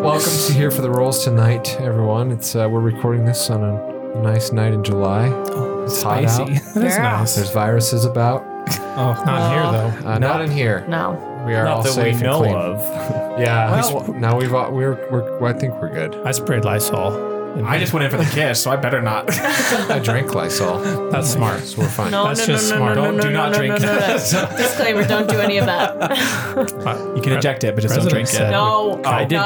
Welcome to Here for the Rolls tonight, everyone. It's uh, we're recording this on a nice night in July. it's hot out. Spicy. That is Yeah. nice. There's viruses about. Oh, not here though. Uh, not in here. No. We are all Not that safe we know and clean. of. Yeah. Well- we- now we've all, we're, we're well, I think we're good. I sprayed Lysol. I just went in for the kiss, so I better not. I drank Lysol, That's smart. so we're fine. No, That's no, just no, smart. no, no, Don't- no, do no, not no, drink no, no, no. Disclaimer, don't do any of that. You can inject it, but just don't President drink said- it. No. I did no,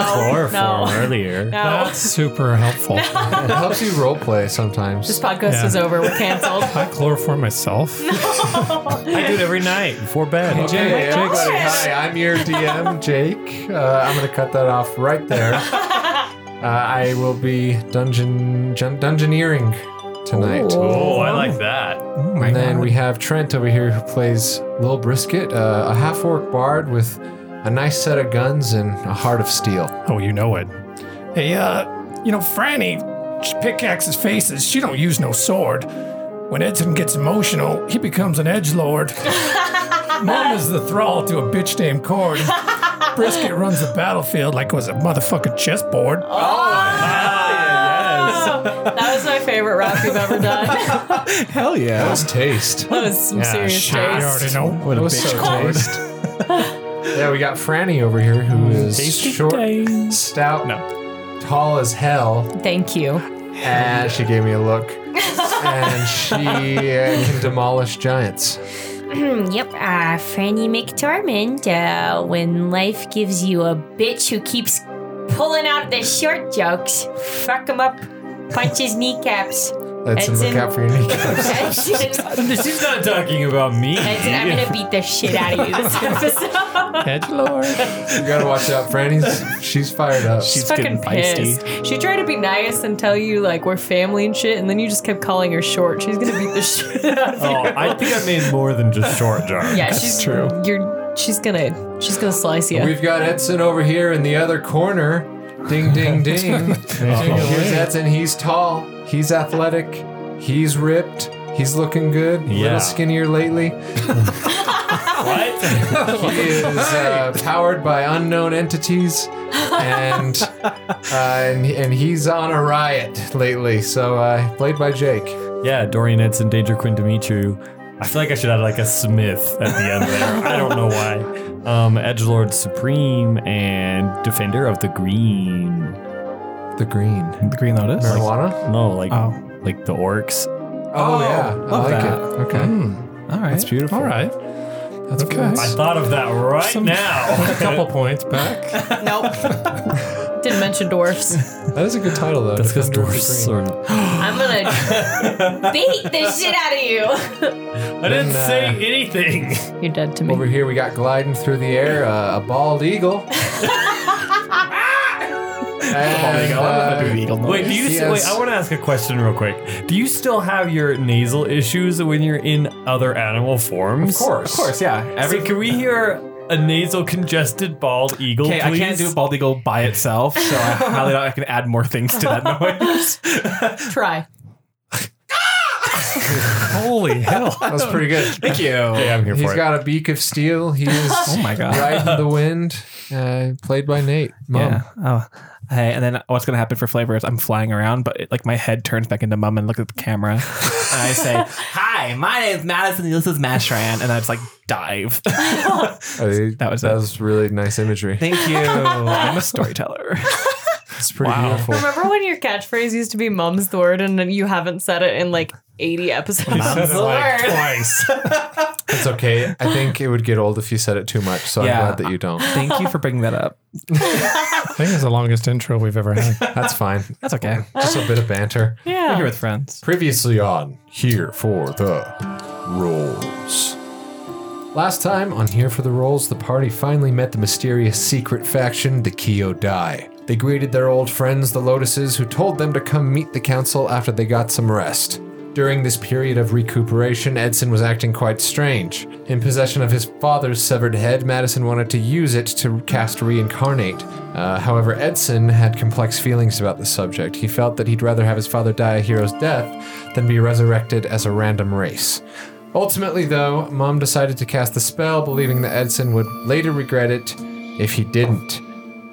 chloroform No. earlier. no. That's super helpful. It helps you role play This sometimes. podcast Yeah. is over. We're canceled. I chloroform myself. I do it every night before bed. Okay, Jake, Jake's- everybody, hi, I'm your DM, Jake. Uh, I'm going to cut that off right there. Uh, I will be dungeon jun- dungeoneering tonight. Oh, I like that. Oh my And then God. we have Trent over here who plays Lil Brisket, uh, a half orc bard with a nice set of guns and a heart of steel. Oh, you know it. Hey, uh, you know, Franny she pickaxes faces. She don't use no sword. When Edson gets emotional, he becomes an edge lord. Mom is the thrall to a bitch named Cord. Brisket runs the battlefield like it was a motherfucking chessboard. Oh, Oh, that was my favorite rap you've ever done. that Hell yeah. That was taste. was some serious Sure, you already taste. know. What That was so taste. yeah, we got Franny over here who is short, stout, tall as hell, Thank you. and she gave me a look. and she uh, can demolish giants. Yep, uh, Franny McDormand. Uh, when life gives you a bitch who keeps pulling out the short jokes, fuck him up, punch his kneecaps. That's in the Edson. cap for your kneecaps. Edson, She's not talking about me. Edson, I'm gonna beat the shit out of you this episode. Edge lord. You gotta watch out, Franny's. She's fired up. She's fucking pissed. She tried to be nice and tell you like we're family and shit, and then you just kept calling her short. She's gonna beat the shit out of you. Oh, I think I made more than just short jar. yeah, she's true. You're she's gonna she's gonna slice you. We've got Edson over here in the other corner. Ding, ding, ding. Here's Edson. He's tall. He's athletic. He's ripped. He's looking good. A Yeah. little skinnier lately. What? He is uh, powered by unknown entities, and uh, and and he's on a riot lately. So uh, played by Jake. yeah, Dorian Edson, Danger Quinn Dimitru. I feel like I should add like a Smith at the end there. I don't know why. Um, Edgelord Supreme and Defender of the Green. The green The Green Lotus? marijuana. No, like Oh. like the orcs. Oh, yeah, I love like it. that. Okay, All right. that's beautiful. All right. that's Okay. cool. I thought of that right Some- now. A couple points back. nope. Didn't mention dwarfs. That is a good title though. That's because Defender of the dwarfs Green. are I'm gonna beat the shit out of you. I Then, didn't uh, say anything. You're dead to me. Over here, we got gliding through the air uh, a bald eagle. and, uh, Wait, do you Yes. wait? I want to ask a question real quick. Do you still have your nasal issues when you're in other animal forms? of course, Of course, yeah. Every, So can we hear a nasal congested bald eagle, okay, please? I can't do a bald eagle by itself, so I highly doubt I can add more things to that noise. Try. Holy hell. That was pretty good. Thank you. Yeah, I'm here He's for got a beak of steel. He is Oh my god. riding the wind. Uh, played by Nate. Mom. Yeah. Oh. Hey, and then what's gonna happen for flavor is I'm flying around, but it, like my head turns back into mum and look at the camera, and I say, "Hi, my name's Madison. This is Mashran," and I just like dive. that was was Uh, that it. was really nice imagery. Thank you. I'm a storyteller. It's pretty beautiful. Remember when your catchphrase used to be "Mum's the word" and then you haven't said it in like 80 episodes? it. Like twice. It's okay. I think it would get old if you said it too much. So Yeah. I'm glad that you don't. Thank you for bringing that up. I think it's the longest intro we've ever had. That's fine. That's okay. Just a bit of banter. We're here yeah. with friends. Previously on Here for the Rolls. Last time on Here for the Rolls, the party finally met the mysterious secret faction, the Kyo Dai. They greeted their old friends, the Lotuses, who told them to come meet the council after they got some rest. During this period of recuperation, Edson was acting quite strange. In possession of his father's severed head, Madison wanted to use it to cast Reincarnate. Uh, however, Edson had complex feelings about the subject. He felt that he'd rather have his father die a hero's death than be resurrected as a random race. Ultimately, though, Mom decided to cast the spell, believing that Edson would later regret it if he didn't.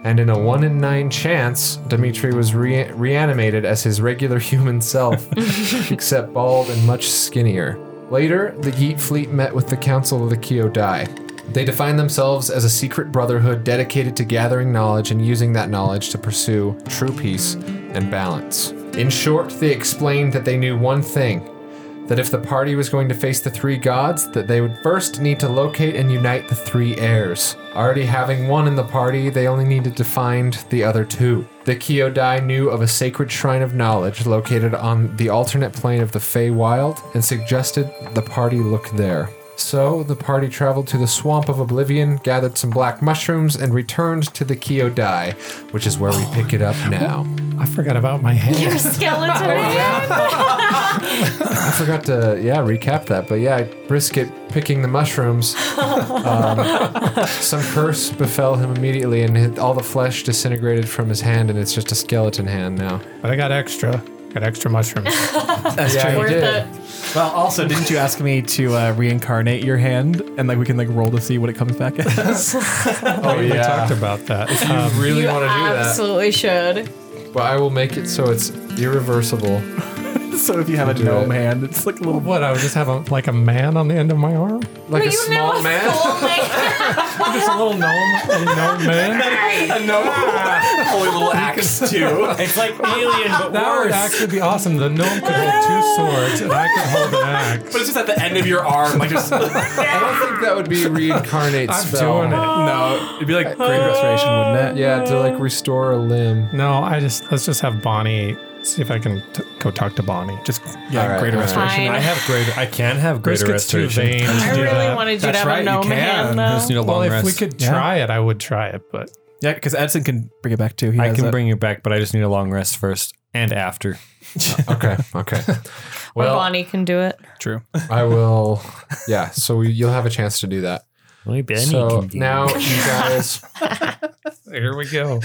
and in a 1 in 9 chance, Dimitri was re- reanimated as his regular human self, except bald and much skinnier. Later, the Yeet fleet met with the Council of the Kyodai. They defined themselves as a secret brotherhood dedicated to gathering knowledge and using that knowledge to pursue true peace and balance. In short, they explained that they knew one thing that if the party was going to face the three gods, that they would first need to locate and unite the three heirs. Already having one in the party, they only needed to find the other two. The Kyodai knew of a sacred shrine of knowledge located on the alternate plane of the Feywild and suggested the party look there. So the party traveled to the Swamp of Oblivion, gathered some black mushrooms, and returned to the Kyodai, which is where we pick it up now. I forgot about my hand. Your skeleton man? I forgot to yeah recap that, but yeah, brisket picking the mushrooms. Um, some curse befell him immediately, and hit- all the flesh disintegrated from his hand, and it's just a skeleton hand now. But I got extra. Got extra mushrooms. That's Yeah, true. he Worth did. it. Well, also, didn't you ask me to uh, reincarnate your hand and like we can like roll to see what it comes back as? Oh We talked yeah, about that. Um, you really You want to do that? absolutely should. But I will make it so it's irreversible. so if you have a Do gnome it. hand, it's like a little. what? I would just have a, like a man on the end of my arm? Like Were a you small now man. soulmate? Just a little gnome, a little gnome man. Holy little axe too. It's like alien, but That would worse. actually be awesome. The gnome could hold two swords, and I could hold an axe. But it's just at the end of your arm, like just I don't think that would be reincarnate I'm spell. doing it. no. It'd be like great restoration, wouldn't it? Yeah, to like restore a limb. No, I just let's just have Bonnie. See if I can t- go talk to Bonnie. Just Yeah, All right, greater all right. restoration. Fine. I I, have greater. I can have greater brisket's too restoration. vain. to I do really that. wanted you to have a gnome hand, though. just need a long Well, if rest. we could Yeah. try it, I would try it. But Yeah, because Edson can bring it back too. He I has can it. bring it back, but I just need a long rest first and after. Okay, okay. or Well, Bonnie can do it. True. I will. Yeah, so we, you'll have a chance to do that. so now you guys here we go.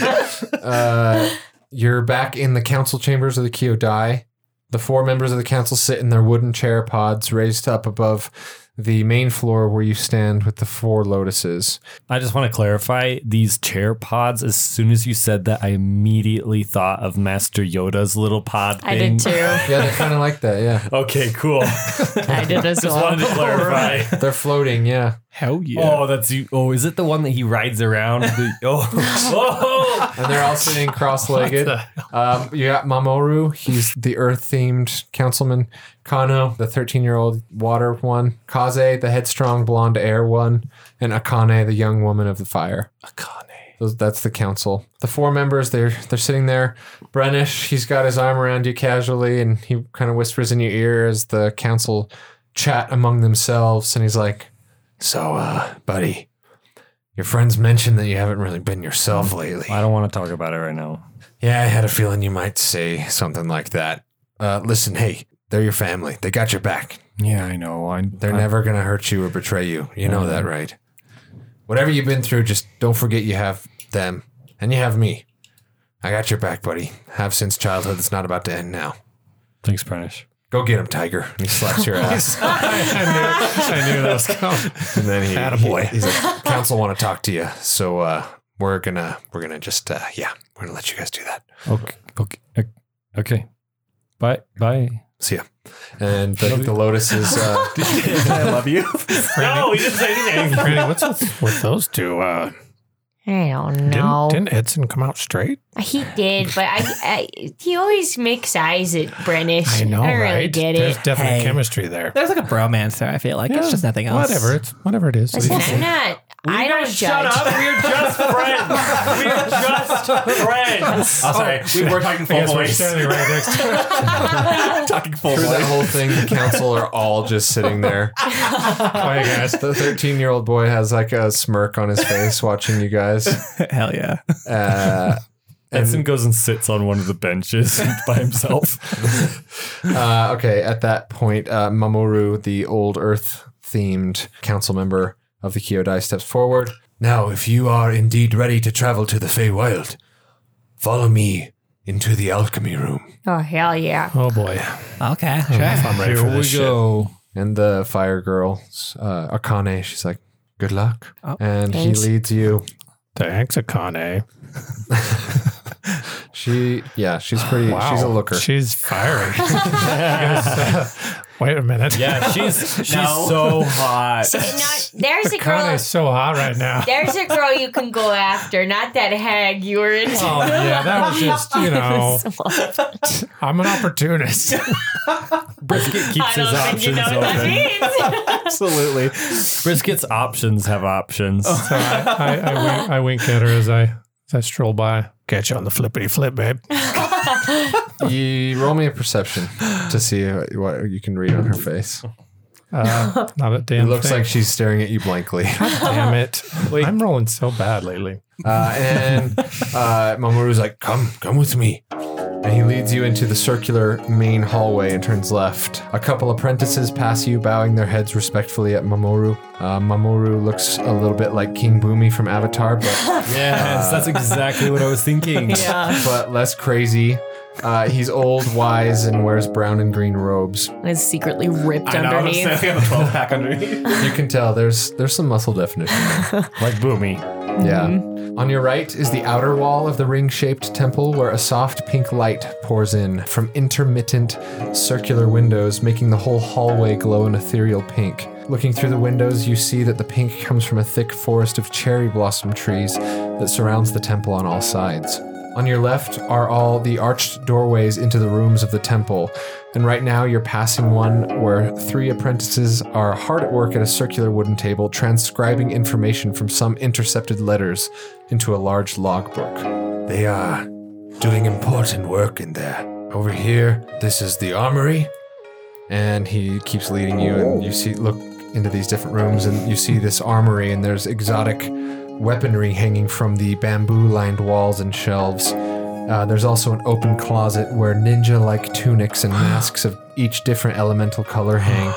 uh, you're back in the council chambers of the Kyodai. The four members of the council sit in their wooden chair pods raised up above the main floor where you stand with the four lotuses. I just want to clarify these chair pods. As soon as you said that, I immediately thought of Master Yoda's little pod I thing. did too. Yeah, they kind of like that. Yeah, Okay, cool. I did as just wanted well. to clarify. they're floating. Yeah, Hell yeah. Oh, that's you. Oh, is it the one that he rides around? The- oh, oh. and they're all sitting cross-legged. Um, you got Mamoru. He's the Earth-themed councilman. Kano, the 13-year-old water one. Kaze, the headstrong blonde air one, and Akane, the young woman of the fire. Those, that's the council. The four members, they're they're sitting there. Brennish, he's got his arm around you casually, and he kind of whispers in your ear as the council chat among themselves, and he's like, "So, uh, buddy, your friends mentioned that you haven't really been yourself lately. I don't want to talk about it right now. Yeah, I had a feeling you might say something like that. Uh, listen, hey, they're your family. They got your back. Yeah, I know. I, They're Uh-huh. never gonna hurt you or betray you. You know that, right? Whatever you've been through, just don't forget you have them and you have me. I got your back, buddy. Have since childhood. It's not about to end now. Thanks, Prentice. Go get him, Tiger. And he slaps your ass. I knew that was coming. and then he, Attaboy. he- he's like, "Council want to talk to you, so uh, we're gonna we're gonna just uh, yeah, we're gonna let you guys do that. Okay. Okay. ok- Okay. Bye. Bye. See ya." And the, the lotus is uh, I love you. No, he didn't say anything. Granny, what's with, with those two? Uh, I don't didn't, know. Uh, didn't Edson come out straight? He did, but I, I he always makes eyes at Brennish. I, know, don't really right? get There's it. definitely Hey. chemistry there. There's like a bromance there. I feel like it's Yeah, just nothing else. Whatever. It's whatever it is. Listen, I'm not. I don't judge. We're just friends. We're just friends. I'm sorry. we were talking full Yes, we're voice. standing right next to Talking full through that voice. whole thing, the council are all just sitting there. my guys. The 13 year old boy has like a smirk on his face watching you guys. Hell yeah. Uh, Edson goes and sits on one of the benches by himself. uh, okay, at that point, uh, Mamoru, the old Earth themed council member of the Kyodai, steps forward. Now, if you are indeed ready to travel to the Feywild, follow me into the alchemy room. Oh hell yeah! Oh boy. Okay. Sure. I'm ready for this shit. go. And the fire girl, uh, Akane, she's like, Good luck. Oh, and thanks. he leads you to Hexacon, eh? She, yeah, she's pretty. She's a looker. She's fiery. You guys, uh, wait a minute. Yeah, she's she's so hot. You know, there's a Kane girl. is so hot right now. There's a girl you can go after, not that hag you were into. Oh, yeah, that was just, you know, I'm an opportunist. Brisket keeps his options open. means. Absolutely. Brisket's options have options. Oh. Uh, I, I, wink, I wink at her as I as I stroll by. Catch you on the flippity flip, babe. You roll me a perception to see what you can read on her face. Uh, not a It damn looks thing. like she's staring at you blankly. damn it. I'm rolling so bad lately. Uh, and uh, Mamoru's like, "Come, come with me." And he leads you into the circular main hallway and turns left. A couple apprentices pass you, bowing their heads respectfully at Mamoru. Uh, Mamoru looks a little bit like King Boomy from Avatar, but yes, that's exactly what I was thinking. Yeah. but less crazy. Uh, he's old, wise, and wears brown and green robes. It's secretly ripped I underneath. got a 12 pack underneath. You can tell there's there's some muscle definition. Like Boomy. Yeah. On your right is the outer wall of the ring shaped temple where a soft pink light pours in from intermittent circular windows, making the whole hallway glow in ethereal pink. Looking through the windows, you see that the pink comes from a thick forest of cherry blossom trees that surrounds the temple on all sides. On your left are all the arched doorways into the rooms of the temple, and right now you're passing one where three apprentices are hard at work at a circular wooden table transcribing information from some intercepted letters into a large logbook. They are doing important work in there. Over here, this is the armory, and he keeps leading you and you see look into these different rooms and you see this armory and there's exotic weaponry hanging from the bamboo lined walls and shelves uh, there's also an open closet where ninja like tunics and masks of each different elemental color hang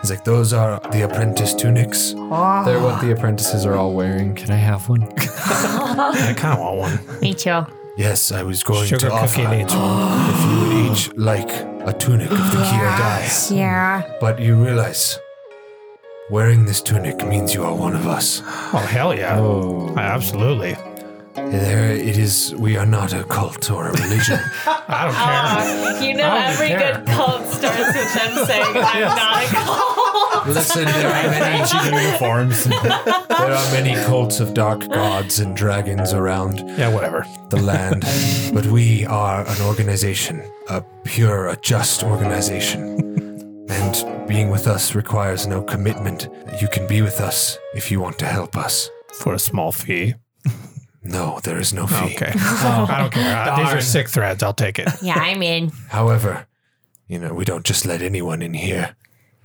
He's like, those are the apprentice tunics. They're what the apprentices are all wearing. Can I have one? I kind of want one. Me too. Yes, I was going Sugar to offer cookie needs one. if you would each like a tunic of the Kyodai. Yeah. But you realize wearing this tunic means you are one of us. Oh, hell yeah. Oh. I- Absolutely. There it is we are not a cult or a religion. I don't Ah. care. You know, I don't every care. good cult starts with them saying, I'm not a cult. Listen, there are many uniforms. there are many cults of dark gods and dragons around Yeah, whatever. the land. But we are an organization. A pure, a just organization. And being with us requires no commitment. You can be with us if you want to help us. For a small fee. No, there is no fee. Okay. I don't care. Uh, These are sick threads. I'll take it. Yeah, I'm in. However, you know, we don't just let anyone in here.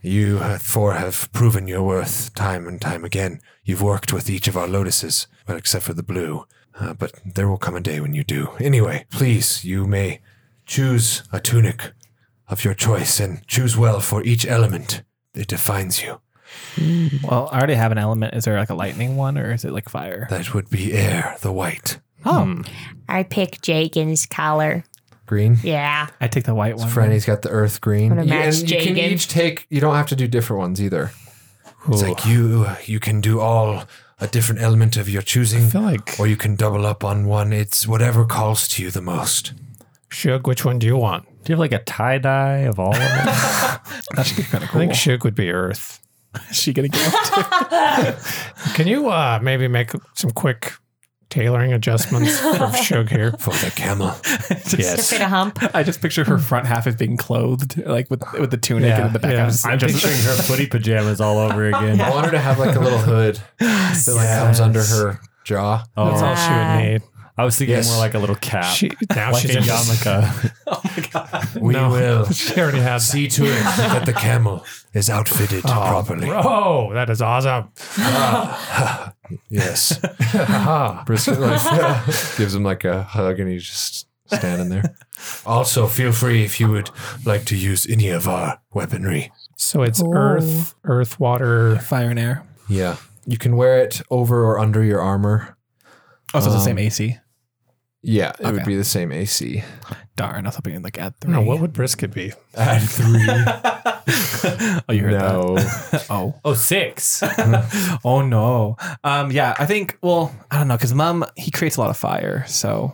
You uh, four have proven your worth time and time again. You've worked with each of our lotuses, well, except for the blue. Uh, but there will come a day when you do. Anyway, please, you may choose a tunic of your choice and choose well for each element that defines you. Well, I already have an element. Is there like a lightning one or is it like fire? That would be air, the white. Oh, I pick Jagan's collar. Green? Yeah. I take the white one. Franny's got the earth green. Gonna match you can Jagan. each take. You don't have to do different ones either. It's like you you can do all a different element of your choosing, I feel like, or you can double up on one. It's whatever calls to you the most. Shug, which one do you want? Do you have like a tie dye of all of them? That should be kind of I cool. think Shug would be Earth. Is she gonna get Can you uh, maybe make some quick tailoring adjustments for Shug here? For the camel, To fit a hump. I just picture her front half as being clothed, like with with the tunic, Yeah, and the back yeah. half is I'm just picturing her footy pajamas all over again. I want her to have like a little hood that like comes under her jaw. Oh, That's all she Uh, would need. I was thinking Yes. more like a little cap. She, now like she's a in yarmulke. We will She already has. see to it that the camel is outfitted properly. Oh, that is awesome. Yes, brisket gives him like a hug, and he's just standing there. Also, feel free if you would like to use any of our weaponry. So it's Earth, Earth, Water. fire and air. Yeah. You can wear it over or under your armor. Um, Oh, so it's the same AC. Yeah, it would be the same AC. Darn, I was hoping like add three. No, what would brisket be? Add three. Oh, you heard no. that? Oh. Oh, six. Oh no. Um, yeah, I think. Well, I don't know, because mom he creates a lot of fire, so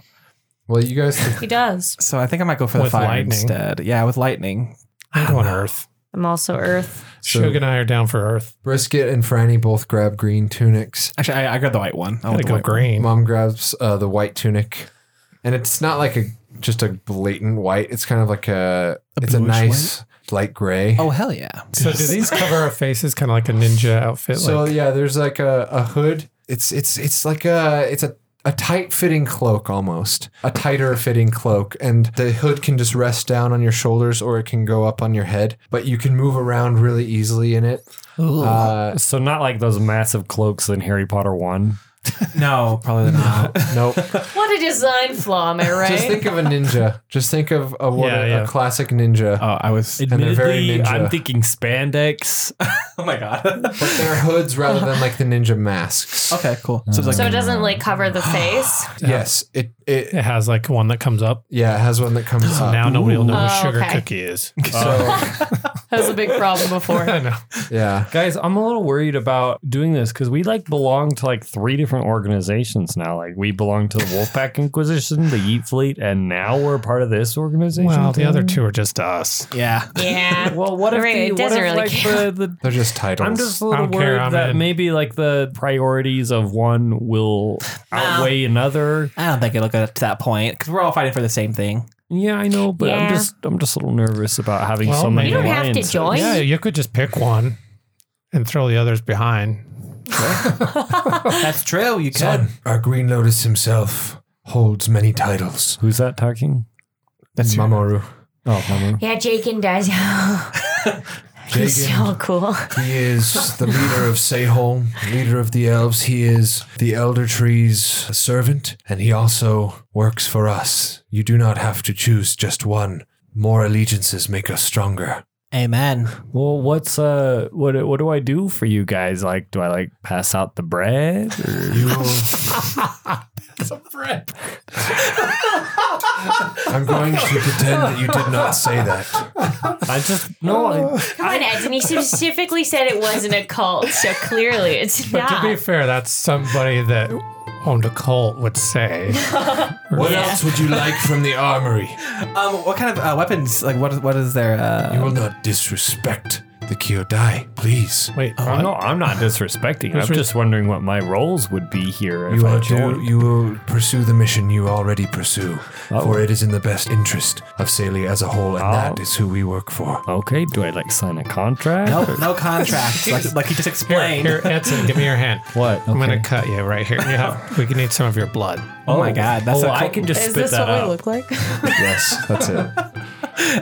Well, you guys. He does. so I think I might go for the With fire lightning. instead. Yeah, with lightning. I'm going Earth. I'm also Earth. So- Shug and I are down for Earth. Brisket and Franny both grab green tunics. Actually, I, I grabbed the white one. I I'm want gonna the go white one. green. Mom grabs uh, the white tunic, and it's not like a just a blatant white. It's kind of like a, it's a bluish nice light gray. Oh hell yeah! So do these cover our faces kind of like a ninja outfit? so like, yeah, there's like a, a hood. It's it's it's like a it's a a tight fitting cloak almost a tighter fitting cloak and the hood can just rest down on your shoulders or it can go up on your head but you can move around really easily in it uh, so not like those massive cloaks in Harry Potter one. No, probably not. nope What a design flaw, am I right? just think of a ninja just think of a, what Yeah, a, yeah. a classic ninja oh, I was. they're very Admittedly, ninja. I'm thinking spandex. oh my god. but they're hoods rather than like the ninja masks okay, cool. So it's like So it doesn't like cover the face. yes it it it has like one that comes up. yeah it has one that comes So up now nobody will know what Oh, sugar okay. cookie is. so that was a big problem before. I know. yeah Guys, I'm a little worried about doing this because we like belong to like three different organizations now. Like we belong to the Wolfpack Inquisition, the Yeet Fleet, and now we're part of this organization. Well, the too? other two are just us. yeah. Yeah. Well, what if Right, the, it what if doesn't really like care. the, the they're just titles I'm just a I little don't care, worried I'm that in. maybe like the priorities of one will outweigh another. I don't think it'll get to that point because we're all fighting for the same thing. Yeah, I know, but Yeah. I'm just I'm just a little nervous about having Well, so many You don't have to alliances. join. Yeah, you could just pick one and throw the others behind. That's true. You could. Son, our Green Lotus himself holds many titles. Who's that talking? That's your- Mamoru. Oh, Mama. Yeah, Jaken does. Jagan, He's so cool. he is the leader of Seholm, leader of the elves. He is the Elder Tree's servant, and he also works for us. You do not have to choose just one. More allegiances make us stronger. Amen. Well, what's uh, what what do I do for you guys? Like, do I like pass out the bread? Or? You. I'm going to pretend that you did not say that. I just no. I, Come on, Edson. He specifically said it wasn't a cult, so clearly it's But to be not. fair, that's somebody that owned a cult would say. What else would you like from the armory? Um, what kind of uh, weapons? Like, what is what is their? Uh, You will not disrespect the Kyodai, please. Wait, I'm not. I'm not disrespecting. I'm just wondering what my roles would be here if You I will, do, joined. you will pursue the mission you already pursue, for it is in the best interest of Salia as a whole, and that is who we work for. Okay. Do I like sign a contract? no, no contract. like, like he just explained. here, Edson, give me your hand. What? I'm Okay. gonna cut you right here. You have, we can need some of your blood. Oh, my god, that's oh, a I cool- can just Is spit this that what we out. look like? Yes, that's it.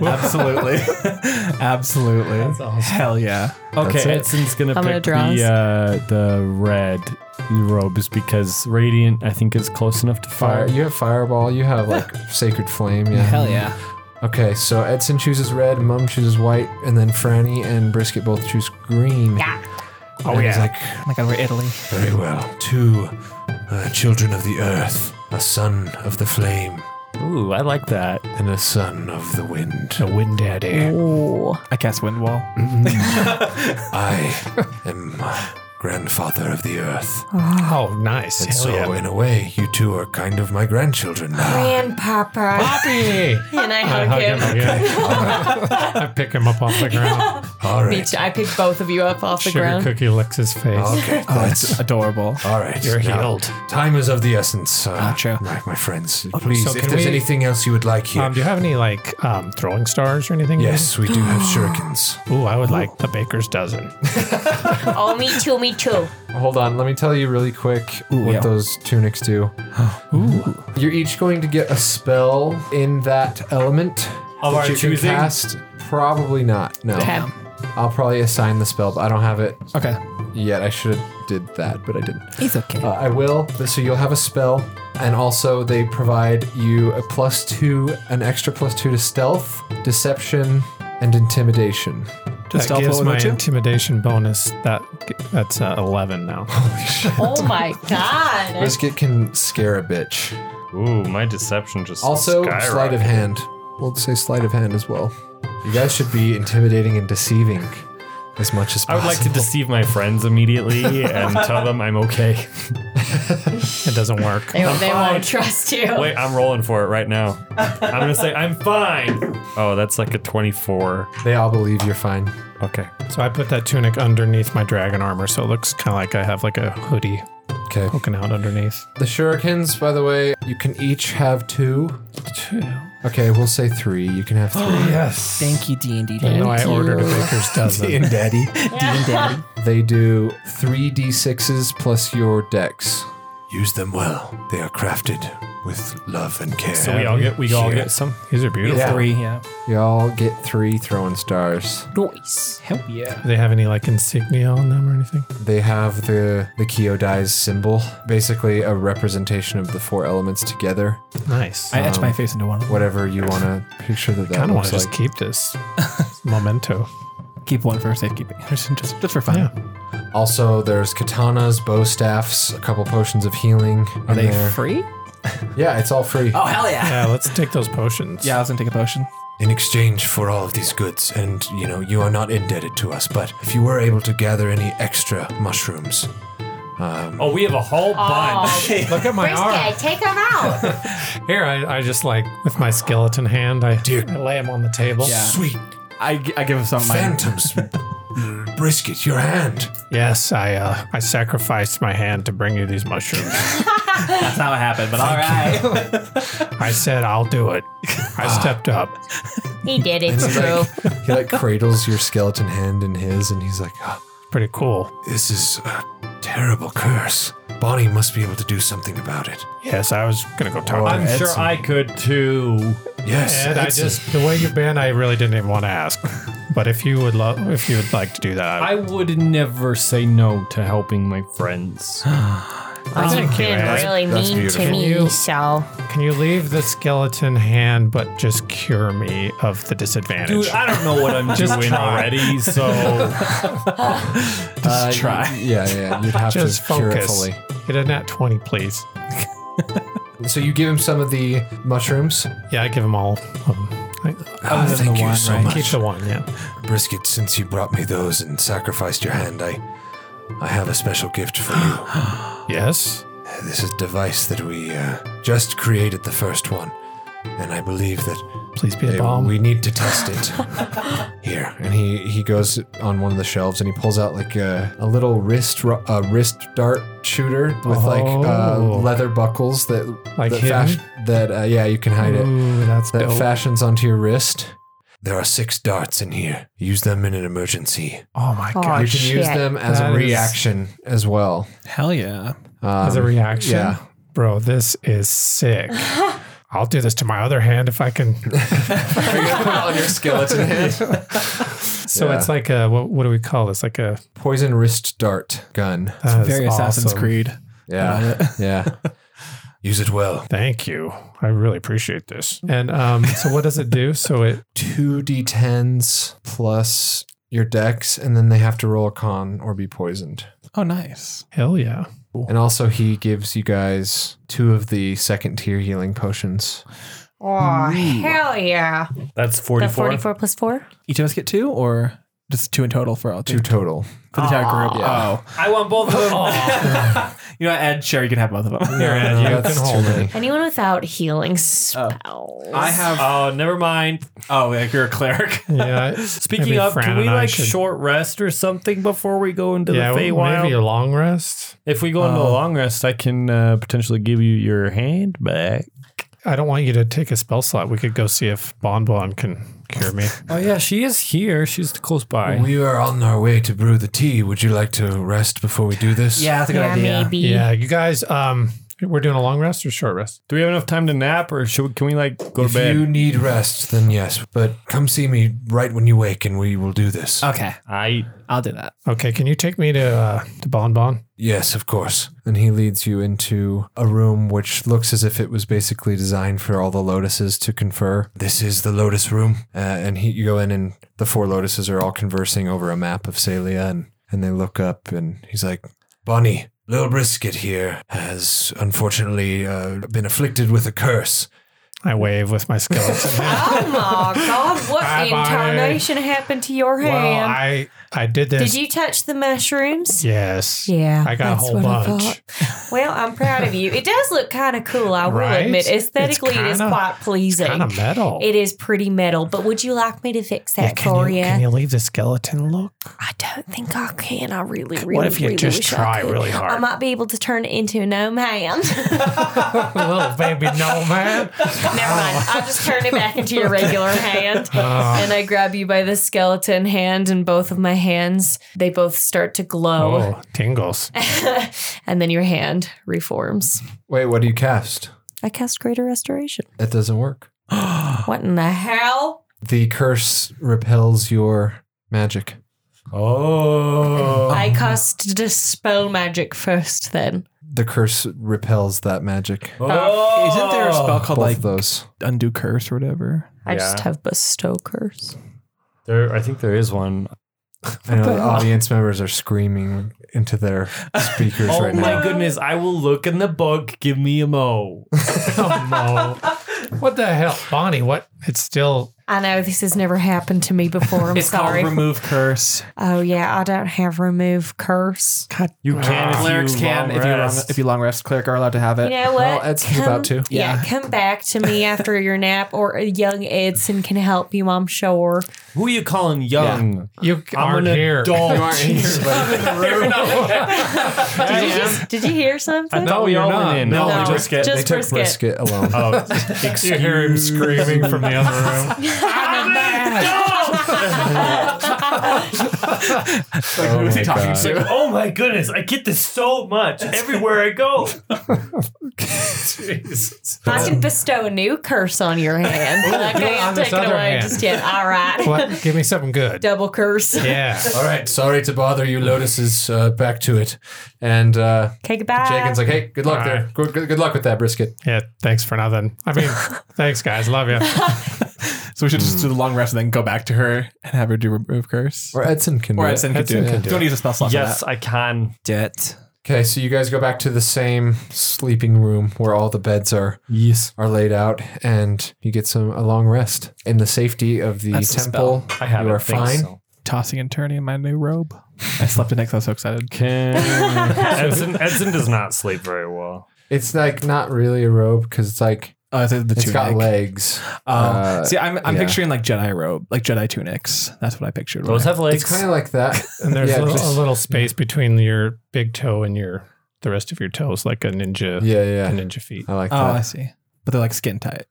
absolutely, absolutely. Hell yeah. Okay, That's it. Edson's gonna I'm gonna pick draw us. the uh, the red robes because radiant. I think is close enough to fire. You have fireball. You have like sacred flame. Yeah. Hell yeah. Okay, so Edson chooses red, Mum chooses white, and then Franny and Brisket both choose green. Yeah. Oh yeah. like, Oh my god, we're Italy. very well. Two uh, children of the earth, a son of the flame, Ooh, I like that. and a son of the wind. The wind daddy. Ooh. I cast Windwall. I am grandfather of the earth. Oh, nice. And Hell so, yeah. in a way, you two are kind of my grandchildren now. Grandpapa. Happy. And I I hug hug him. him. yeah. I pick him up off the ground. All Me right. too. I pick both of you up off the Sugar ground. cookie licks his face. Oh, Okay, that's Oh, Adorable. all right. You're Now, healed. Time is of the essence, uh, true. My, my friends. Please, so if can there's we- anything else you would like here. Um, do you have any like um, throwing stars or anything? yes, we do have shurikens. Ooh, I would like the baker's dozen. Oh, me too, me too. Hold on, let me tell you really quick what yeah. those tunics do. You're each going to get a spell in that element Of that our you can choosing? cast. Probably not. No. Okay. I'll probably assign the spell, but I don't have it Okay. yet. I should have did that, but I didn't. It's okay. Uh, I will. So you'll have a spell, and also they provide you a plus two, an extra plus two to stealth, deception, and intimidation. That stealth gives roll, my don't you? intimidation bonus. That that's uh, eleven now. Oh my god. Brisket can scare a bitch. Ooh, my deception just Also, sleight of skyrocketed. hand. We'll say sleight of hand as well. You guys should be intimidating and deceiving as much as I possible. would like to deceive my friends immediately and tell them I'm okay. It doesn't work. They, they fine. won't trust you. Wait, I'm rolling for it right now. I'm gonna say I'm fine. Oh, that's like a 24. They all believe you're fine. Okay. So I put that tunic underneath my dragon armor, so it looks kind of like I have like a hoodie Okay. poking out underneath. The shurikens, by the way, you can each have two. Okay, we'll say three. You can have three. Yes. Thank you, D and D. Even though I ordered a baker's dozen. Daddy. They do three d6s plus your dex. Use them well. They are crafted with love and care. So we all get we all get some. These are beautiful. Yeah. Three, yeah. Y'all get three throwing stars. Nice. Hell yeah. Do they have any like insignia on them or anything? They have the the Kyodai's symbol, basically a representation of the four elements together. Nice. I etched my face into one. Whatever you want to picture that that kind of want looks to just like. keep this memento. Keep one for safekeeping. Just, just, just for fun. Also, there's katanas, bow staffs, a couple potions of healing. Are in they there. free? Yeah, it's all free. Oh hell yeah. Yeah, let's take those potions. Yeah, I was gonna take a potion. In exchange for all of these goods, and you know, you are not indebted to us, but if you were able to gather any extra mushrooms, Oh, we have a whole bunch. Oh, Look at my arm. Brisket, take them out. Here, I, I just like with my skeleton hand, I, Dude. I lay him on the table. Yeah. sweet I, gi- I give him some of mine. phantoms, brisket, your hand. Yes, I uh, I sacrificed my hand to bring you these mushrooms. That's not what happened, but all right. I said I'll do it. I stepped up. he did it, He's true. like, he like cradles your skeleton hand in his, and he's like, "Ah, Pretty cool. "This is a terrible curse. Bonnie must be able to do something about it." Yes, I was gonna go talk. Oh, to I'm Ed. sure I could too. Yes, Ed, I Edson. just the way you've been, I really didn't even want to ask. But if you would love, if you would like to do that, I, I would never say no to helping my friends. thank He's you, been Ed. really That's mean beautiful. to me, You- so Can you leave the skeleton hand, but just cure me of the disadvantage? Dude, I don't know what I'm Just doing try. already, so Uh, y- try. Yeah, yeah, you'd have just to focus. carefully. Get a nat twenty, please. So you give him some of the mushrooms. Yeah, I give them all. Of them. I, Ah, than the one, right? keep the one. Yeah. Brisket, since you brought me those and sacrificed your hand, I I have a special gift for you. Yes. this is a device that we uh, just created the first one, and I believe that Please be a Hey, bomb. we need to test it. Here, and he he goes on one of the shelves and he pulls out like a, a little wrist ru- a wrist dart shooter with like uh, Oh. leather buckles that Like that, hidden? that uh, yeah you can hide it Ooh, that's that dope. fashions onto your wrist. There are six darts in here. Use them in an emergency. oh my Oh, gosh. you can use shit. them as That a is- reaction as well. hell yeah. Um, As a reaction. yeah. Bro, this is sick. I'll do this to my other hand if I can. Are you gonna put it on your skeleton hand? So Yeah. it's like a what, what do we call this? Like a Poison wrist dart gun. that Very is Assassin's awesome. Creed. Yeah, yeah. Use it well. Thank you. I really appreciate this. And um, so what does it do? So it two d10s plus your dex, and then they have to roll a con or be poisoned. Oh nice. hell yeah. And also, he gives you guys two of the second tier healing potions. Oh, hell yeah. that's The 44. 44 plus 4? Each of us get two, or just two in total for all Two total. for the entire group. Yeah. Oh, I want both of them. you know, what, Ed, sure, you can have both of them. Here, Ed, you That's can too hold it. many. Anyone without Oh. healing spells. I have. Oh, never mind. oh, like you're a cleric. Yeah. Speaking Maybe of, Fran can we and I like should- short rest or something before we go into yeah, the Feywild? maybe a long rest. If we go into a long rest, I can uh, potentially give you your hand back. I don't want you to take a spell slot. We could go see if Bon Bon can cure me. Oh yeah, she is here. She's close by. We are on our way to brew the tea. Would you like to rest before we do this? Yeah, that's a good yeah, idea. maybe. yeah, you guys, um, we're doing a long rest or short rest? Do we have enough time to nap, or should we, can we like go If to bed? you need rest, then yes. But come see me right when you wake, and we will do this. Okay, I I'll do that. Okay, can you take me to uh, to Bon Bon? Yes, of course. And he leads you into a room which looks as if it was basically designed for all the lotuses to confer. This is the lotus room. Uh, and he, you go in, and the four lotuses are all conversing over a map of Celia, and, and they look up, and he's like, Bonnie, Lil Brisket here has unfortunately uh, been afflicted with a curse. I wave with my skeleton. hand. Oh my god, what Bye-bye. incarnation happened to your well, hand? I I did this. Did you touch the mushrooms? Yes. Yeah, I got a that's whole what I bunch. Well, I'm proud of you. It does look kind of cool, I will Right? admit. Aesthetically, it is kinda- quite pleasing. Kind of metal. It is pretty metal, but would you like me to fix that for can, you, you? can you leave the skeleton look? I don't think I can. I really, really, what if you really just wish I try could. really hard? I might be able to turn it into an own hand. Little Oh, baby no man. Never mind. I'll just turn it back into your regular hand. Ah. And I grab you by the skeleton hand, and both of my hands, they both start to glow. Oh, tingles. Oh. And then your hand reforms. Wait, what do you cast? I cast Greater Restoration. That doesn't work. What in the hell? The curse repels your magic. Oh. I cast Dispel Magic first, then. The curse repels that magic. Isn't there a spell Both called like of those. undo curse or whatever? I just Yeah. have Bestow Curse. There, I think there is one. I know the audience members are screaming into their speakers Oh right my now. goodness! I will look in the book. Give me a mo. What the hell? Bonnie, what? It's still. I know this has never happened to me before. I'm sorry. remove curse. oh, yeah. I don't have Remove Curse. God, You can. clerics if you can long if you long, rest. if you long rest. Cleric are allowed to have it. You know what? Well, Edson's about to. Yeah. Yeah. come back to me after your nap, or a young Edson can help you. I'm sure. Who you calling young? You aren't here. adult. You aren't here, buddy. Did, you, just- did you hear something? I thought we all went in. No, Only No, brisket. just- They took brisket. brisket alone. oh, You hear him screaming from the other room. Oh Who is he my talking God. to? oh my goodness! I get this so much everywhere I go. I can bestow a new curse on your hand. on I can't this take it away other hand. just yet. All right, What? Give me something good. double curse. Yeah. All right, sorry to bother you. Lotus is uh, back to it, and uh, Okay, goodbye. Jenkins like, hey, good luck All there. right. Good, good, good luck with that brisket. Yeah. Thanks for nothing. I mean, thanks, guys. Love you. So we should just do the long rest and then go back to her and have her do remove curse. Or Edson can. Or do it. Edson could do Edson it. can do Don't it. use a spell slot. yes, For I can. that. Debt. Okay, so you guys go back to the same sleeping room where all the beds are Yes, are laid out, and you get some a long rest in the safety of the That's the temple. I have. You it, are thanks. fine. Tossing and turning in my new robe. I slept in next. I was so excited. Edson, Edson does not sleep very well. It's like not really a robe because it's like Oh, I said the it's got tunic. legs. Oh, Uh, see, I'm, I'm yeah. picturing like Jedi robe, like Jedi tunics. That's what I pictured. Those have It's legs. kind of like that. And there's Yeah, a, little, just- a little space between your big toe and your the rest of your toes, like a ninja, yeah, a yeah. ninja feet. I like oh, I that. see. But they're like skin tight,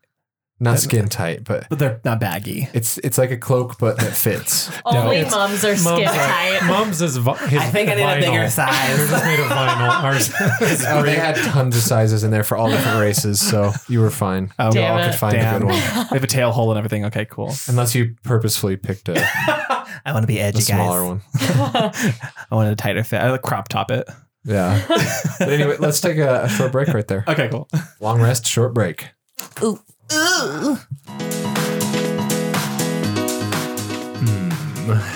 Not skin tight, but but they're not baggy. it's it's like a cloak, but that fits. Only Jenkins. mums are skin tight. Mums is vi- his vinyl. They're size. just made of vinyl. Ours- Oh, they had tons of sizes in there for all different races, so you were fine. Oh, you all Damn could it. find a damn. good we one, have a tail hole and everything. Okay, cool. unless you purposefully picked a, I want to be edgy, a smaller one. I wanted a tighter fit. I like crop top it. Yeah. but anyway, let's take a, a short break right there. Okay, cool. Long rest, short break.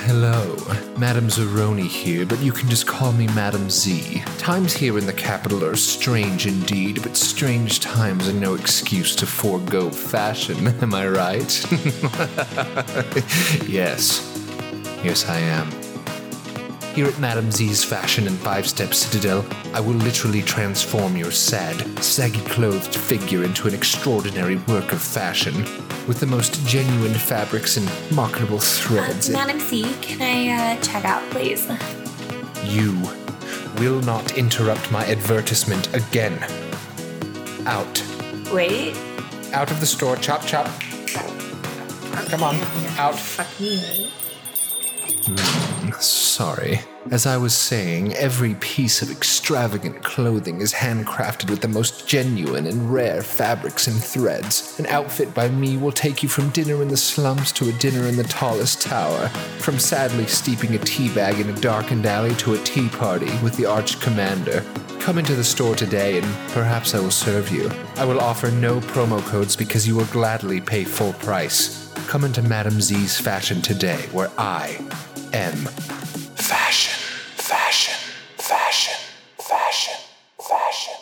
Hello, Madame Zeroni here, but you can just call me Madame Z. Times here in the capital are strange indeed, but strange times are no excuse to forego fashion, am I right? yes. Yes, I am. Here at Madame Z's Fashion and Five Step Citadel, I will literally transform your sad, saggy clothed figure into an extraordinary work of fashion, with the most genuine fabrics and marketable threads. Madam C, can I uh, check out, please? You will not interrupt my advertisement again. Out. Wait. Out of the store. Chop, chop. Come on. Out. Sorry. As I was saying, every piece of extravagant clothing is handcrafted with the most genuine and rare fabrics and threads. An outfit by me will take you from dinner in the slums to a dinner in the tallest tower, from sadly steeping a tea bag in a darkened alley to a tea party with the Arch Commander. Come into the store today and perhaps I will serve you. I will offer no promo codes because you will gladly pay full price. Come into Madame Z's fashion today, where I am fashion, fashion, fashion, fashion, fashion.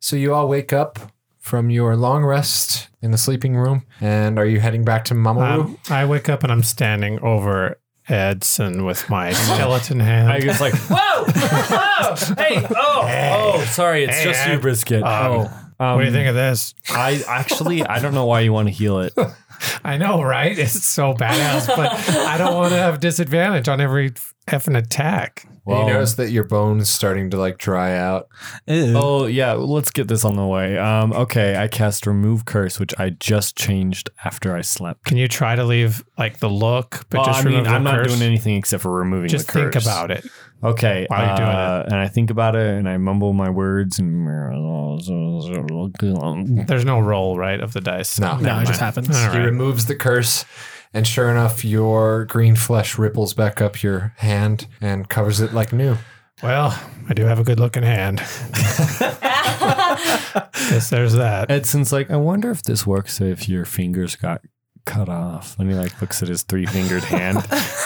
So you all wake up from your long rest in the sleeping room, and are you heading back to Mamoru? Um, I wake up and I'm standing over Edson with my skeleton hand. I was like, whoa, whoa, hey, oh, oh, sorry, it's Hey, just you, Ed. brisket. Um, oh, um, what do you think of this? I actually, I don't know why you want to heal it. I know, right? It's so badass, but I don't want to have disadvantage on every effing attack. And Well- you notice that your bones starting to like dry out. Oh. Oh yeah, let's get this on the way. Um, okay, I cast remove curse, which I just changed after I slept. Can you try to leave like the look, but Well, just I mean, remove I'm the not curse? doing anything except for removing Just the curse. think about it. Okay. While you're doing uh, And I think about it and I mumble my words and There's no roll, right, of the dice. No. Never No, it mind. just happens. All He right. removes the curse, and sure enough, your green flesh ripples back up your hand and covers it like new. Well, I do have a good looking hand. Guess there's that. Edson's like, I wonder if this works if your fingers got cut off. And he like looks at his three fingered hand.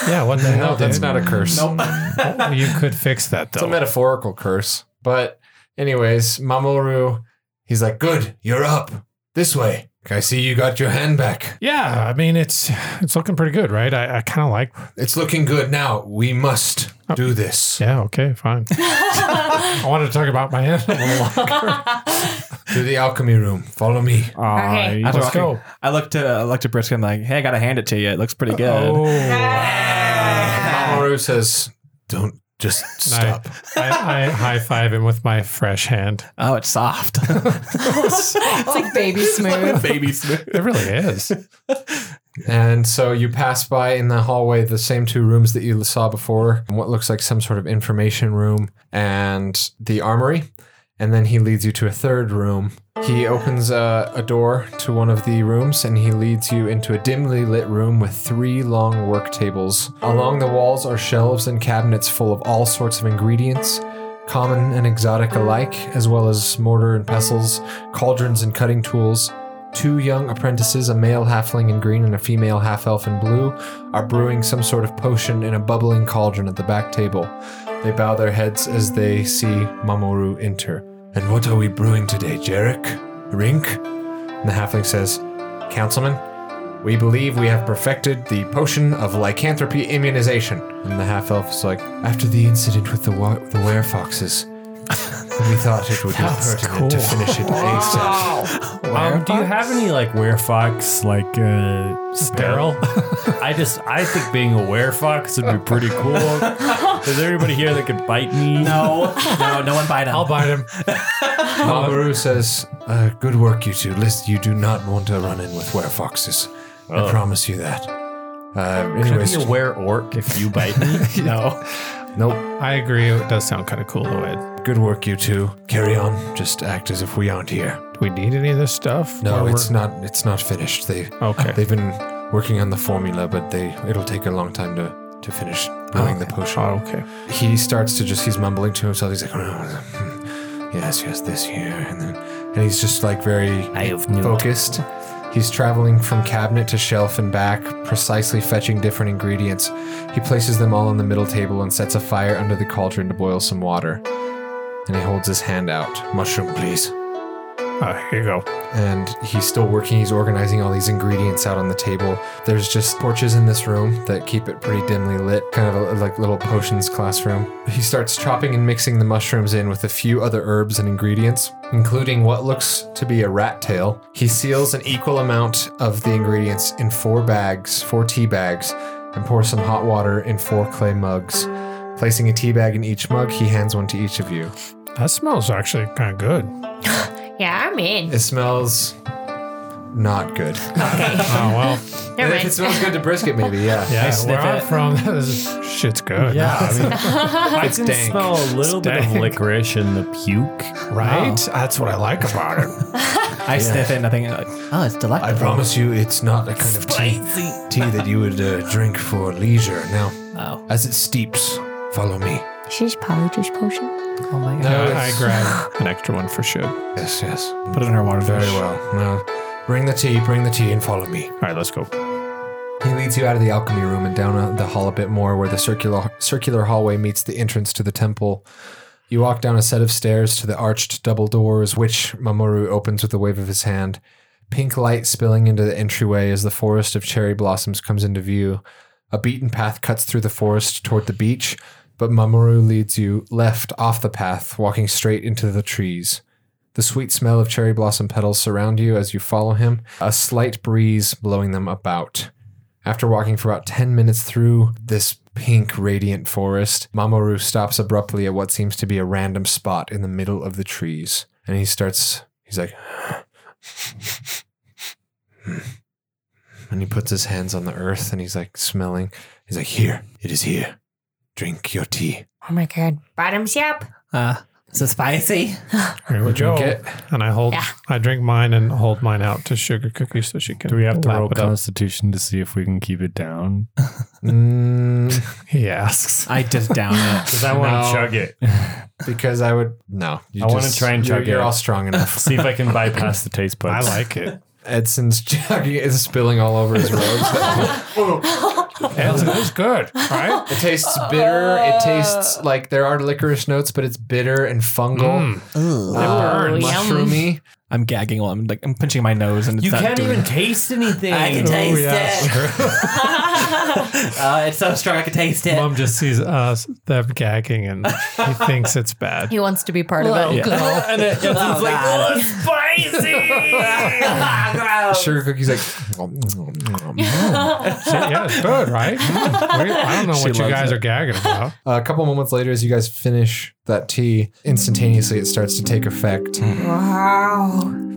Yeah, what the hell? No, that's dude? not a curse. Well, you could fix that It's a though. metaphorical curse. But, anyways, Mamoru, he's like, Good, you're up. This way. I see you got your hand back. yeah, I mean it's it's looking pretty good, right? I, I kind of like. It's looking good now. We must do this. Yeah, okay, fine. I wanted to talk about my hand. a little while. To the alchemy room. Follow me. Okay. I Let's don't- go. I looked to I looked to Brisket. I'm like, hey, I gotta hand it to you. It looks pretty good. Oh. Mamoru says, Don't just And I- stop. I, I high five him with my fresh hand. Oh, it's soft. It's like baby smooth. Baby smooth. It really is. And so you pass by in the hallway the same two rooms that you saw before, and what looks like some sort of information room and the armory. And then he leads you to a third room. He opens a, a door to one of the rooms and he leads you into a dimly lit room with three long work tables. Along the walls are shelves and cabinets full of all sorts of ingredients, common and exotic alike, as well as mortar and pestles, cauldrons and cutting tools. Two young apprentices, a male halfling in green and a female half elf in blue, are brewing some sort of potion in a bubbling cauldron at the back table. They bow their heads as they see Mamoru enter. And what are we brewing today, Jarek? Rink? And the halfling says, Councilman, we believe we have perfected the potion of lycanthropy immunization. And the half elf is like, After the incident with the, wa- the werefoxes, we thought it would be pertinent to finish it ASAP. Um, do you have any like werefox like uh sterile? I just I think being a werefox would be pretty cool. Is there anybody here that could bite me? No, no, no one bite him. I'll bite him. Mamoru says, uh, "Good work, you two. List, you do not want to run in with werefoxes. I promise you that." Uh, Oh. Could I be anyways, a were orc if you bite me? No, nope. I agree. It does sound kind of cool, though. Ed. Good work, you two. Carry on. Just act as if we aren't here. Do we need any of this stuff? No, Or it's we're- not. It's not finished. They Okay. they've been working on the formula, but they it'll take a long time to to finish brewing the potion. Oh, okay. he starts to just he's mumbling to himself he's like "Oh, hmm, yes yes this here and then and he's just like very focused he's traveling from cabinet to shelf and back precisely fetching different ingredients he places them all on the middle table and sets a fire under the cauldron to boil some water and he holds his hand out mushroom please Uh, here you go. and he's still working. He's organizing all these ingredients out on the table. There's just torches in this room that keep it pretty dimly lit, kind of a, like little potions classroom. He starts chopping and mixing the mushrooms in with a few other herbs and ingredients, including what looks to be a rat tail. He seals an equal amount of the ingredients in four bags, four tea bags, and pours some hot water in four clay mugs. Placing a tea bag in each mug, he hands one to each of you. That smells actually kind of good. Yeah, I'm in. It smells not good. Okay. Oh well. Never If it mind. smells good to brisket, maybe, yeah. Yeah, sniff where I'm it. from, this is- shit's good. Yeah, I, mean, I can dank. smell a little bit of dank. licorice in the puke. Right? That's what I like about it. I sniff it, nothing. Like, oh, it's I delightful. promise you, it's not the kind of tea, tea that you would uh, drink for leisure. Now, Oh. as it steeps, follow me. She's polyjuice potion. oh my god. No, I it's- grab an extra one for sure. All Yes, yes. Put it in her water Very dish. well. Now, bring the tea, bring the tea, and follow me. right, let's go. He leads you out of the alchemy room and down uh, the hall a bit more, where the circular circular hallway meets the entrance to the temple. You walk down a set of stairs to the arched double doors, which Mamoru opens with a wave of his hand. Pink light spilling into the entryway as the forest of cherry blossoms comes into view. A beaten path cuts through the forest toward the beach, but Mamoru leads you left off the path, walking straight into the trees. The sweet smell of cherry blossom petals surround you as you follow him, a slight breeze blowing them about. After walking for about 10 minutes through this pink, radiant forest, Mamoru stops abruptly at what seems to be a random spot in the middle of the trees. And he starts, he's like, and he puts his hands on the earth and he's like smelling. He's like, here, it is here. Drink your tea. Oh my god. Bottoms up. Uh, is it spicy? Here we go. Drink it. And I hold, Yeah. I drink mine and hold mine out to Sugar Cookie so she can. Do we have to lap roll it up. Constitution to see if we can keep it down? Mm, He asks. I just down it. Because I want to No. chug it. because I would, no. You I wanna try and you're- chug You're it. all strong enough. See if I can bypass the taste I buds. like it. Edson's chugging it is spilling all over his robes. It's it's good, right? It tastes bitter. It tastes like there are licorice notes, but it's bitter and fungal. Mm. Uh, burns. mushroomy. I'm gagging while I'm like I'm pinching my nose and it's not doing it. taste anything. I can taste it. uh, it's so strong I can taste it. Mom just sees us them gagging and he thinks it's bad. He wants to be part Oh, of it. and it, it's like, oh, spicy. Gross. Sugar cookies like. yeah, it's good, right? We- I don't know She what you loves guys it. are gagging about. a couple moments later, as you guys finish that tea, instantaneously it starts to take effect. Wow. Um,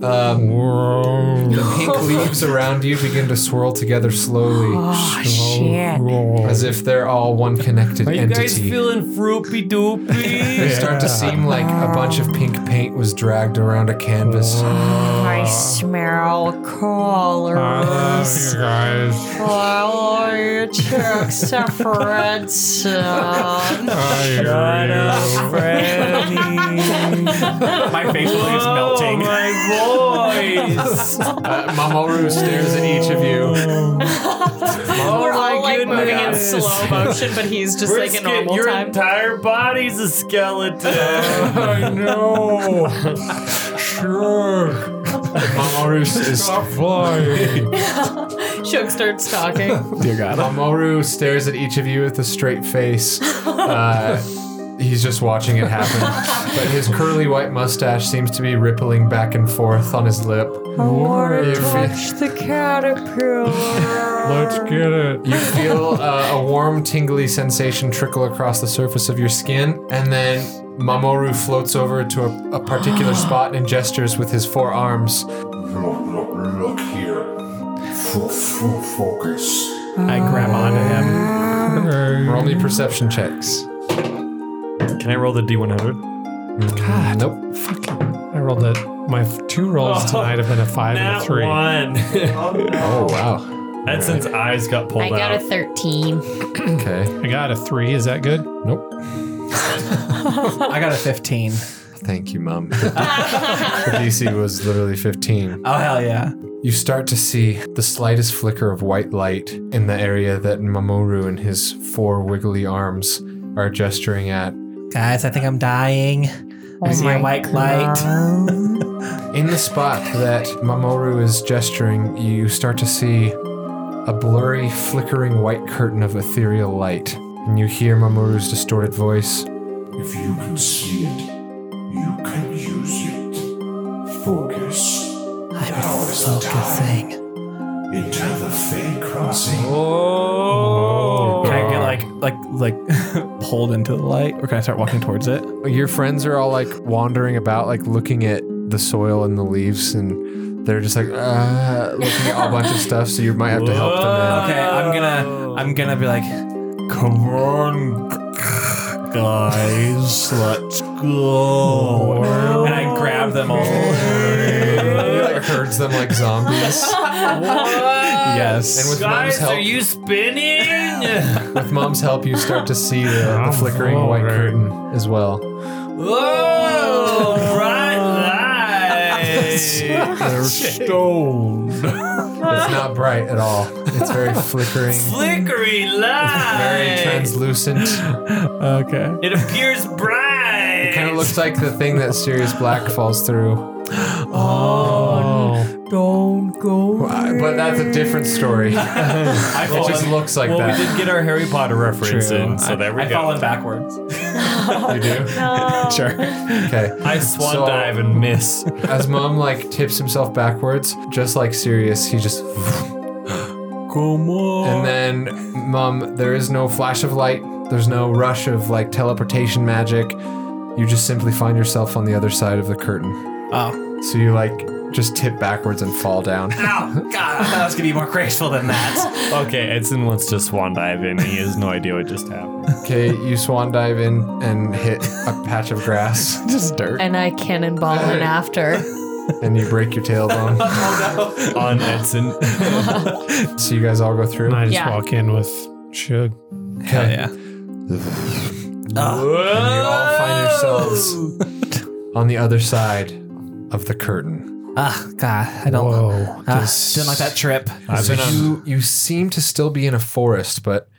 the pink leaves around you begin to swirl together slowly, Oh shit. as if they're all one connected entity. fruity doopy? they start to seem like a bunch of pink paint was dragged around a canvas. Oh. I smell I color. love you guys. Well, you took separate. uh, I love you. My face was just melting. my voice! Uh, Mamoru stares at each of you. We're all like moving in goodness. slow motion, but he's just like in normal your time. entire body's a skeleton. I know. Sure. Mamoru is Stop flying. Shook starts talking. Dear God. Mamoru stares at each of you with a straight face. Uh, he's just watching it happen. but his curly white mustache seems to be rippling back and forth on his lip. You, fe- It's the caterpillar. Let's get it. you feel uh, a warm, tingly sensation trickle across the surface of your skin, and then Mamoru floats over to a, a particular spot and gestures with his forearms. I grab onto him. We're only perception checks. Can I roll the D100? God. Nope. I rolled it. My f- two rolls tonight have been a five and a three. one. Oh, wow. Edson's eyes got pulled I got a out. 13. Okay. I got a three. Is that good? Nope. I got a 15. Thank you, Mom. the DC was literally 15. Oh, hell yeah. You start to see the slightest flicker of white light in the area that Mamoru and his four wiggly arms are gesturing at. Guys, I think I'm dying. I see a white light. In the spot that Mamoru is gesturing, you start to see a blurry, flickering white curtain of ethereal light. And you hear Mamoru's distorted voice. If you can see it, you can use it. Focus I'm focusing. into the Fey crossing. Can I get like, like, like pulled into the light or can I start walking towards it? Your friends are all like wandering about, like looking at the soil and the leaves, and they're just like, uh, looking at a bunch of stuff, so you might have to help them in. Okay, I'm gonna, I'm gonna be like, come on, guys, let's go. And I grab them all. He like herds them like zombies. Yes. And with mom's help, spinning? Oh, with mom's help, you start to see the, the I'm flickering white forward. curtain as well. Whoa! Bright light! They're Stoned. It's not bright at all. It's very flickering, Flickery very light! translucent. Okay. it appears bright! Kind and it looks like the thing that Sirius Black falls through. Oh, Don't go. Uh, But that's a different story. I It just looks like well, that. we did get our Harry Potter reference in, so there we I, go. I fallen backwards. You do? Sure. Okay. I swan So- dive and miss. As mom like tips himself backwards, just like Sirius, he just Come on. and then mom, there is no flash of light. There's no rush of like teleportation magic. You just simply find yourself on the other side of the curtain. Oh, So you like just tip backwards and fall down. ow, Oh, God! I thought I was gonna be more graceful than that. Okay, Edson wants to swan dive in. He has no idea what just happened. Okay, you swan dive in and hit a patch of grass Just dirt. And I cannonball in after. and you break your tailbone. On Edson. So you guys all go through. And I just Yeah. walk in with Shug. Okay. And you all find yourselves on the other side of the curtain. Ah, God, I don't. Whoa. Ah, didn't like that trip. So you, you seem to still be in a forest, but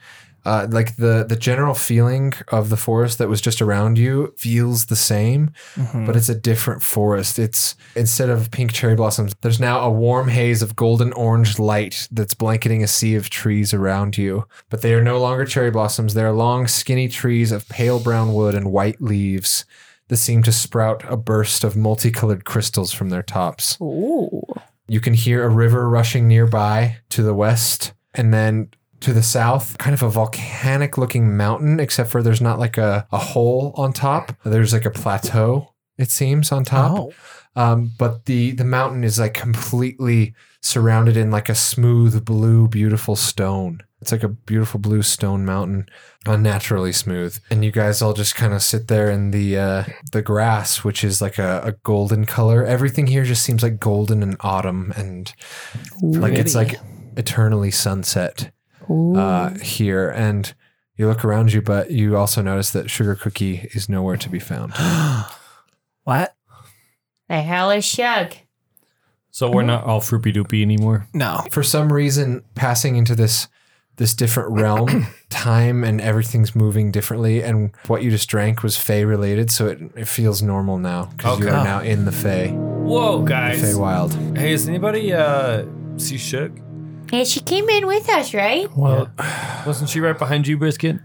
uh, like the, the general feeling of the forest that was just around you feels the same, but it's a different forest. It's instead of pink cherry blossoms, there's now a warm haze of golden orange light that's blanketing a sea of trees around you. But they are no longer cherry blossoms, they are long, skinny trees of pale brown wood and white leaves. that seem to sprout a burst of multicolored crystals from their tops. Ooh. You can hear a river rushing nearby to the west, and then to the south, kind of a volcanic looking mountain, except for there's not like a, a hole on top. There's like a plateau, it seems, on top. Um, but the, the mountain is like completely surrounded in like a smooth, blue, beautiful stone. It's like a beautiful blue stone mountain, unnaturally smooth. And you guys all just kind of sit there in the uh, the grass, which is like a, a golden color. Everything here just seems like golden and autumn, and like it's like eternally sunset uh, here. And you look around you, but you also notice that Sugar Cookie is nowhere to be found. What? The hell is Shug? So we're not all froopy doopy anymore. No. for some reason passing into this this different realm time and everything's moving differently and what you just drank was fey related so it, it feels normal now because you Okay. are now in the fey Whoa, fey guys. wild Hey, is anybody uh see shook? Yeah, she came in with us, right? Well, Wasn't she right behind you, Brisket?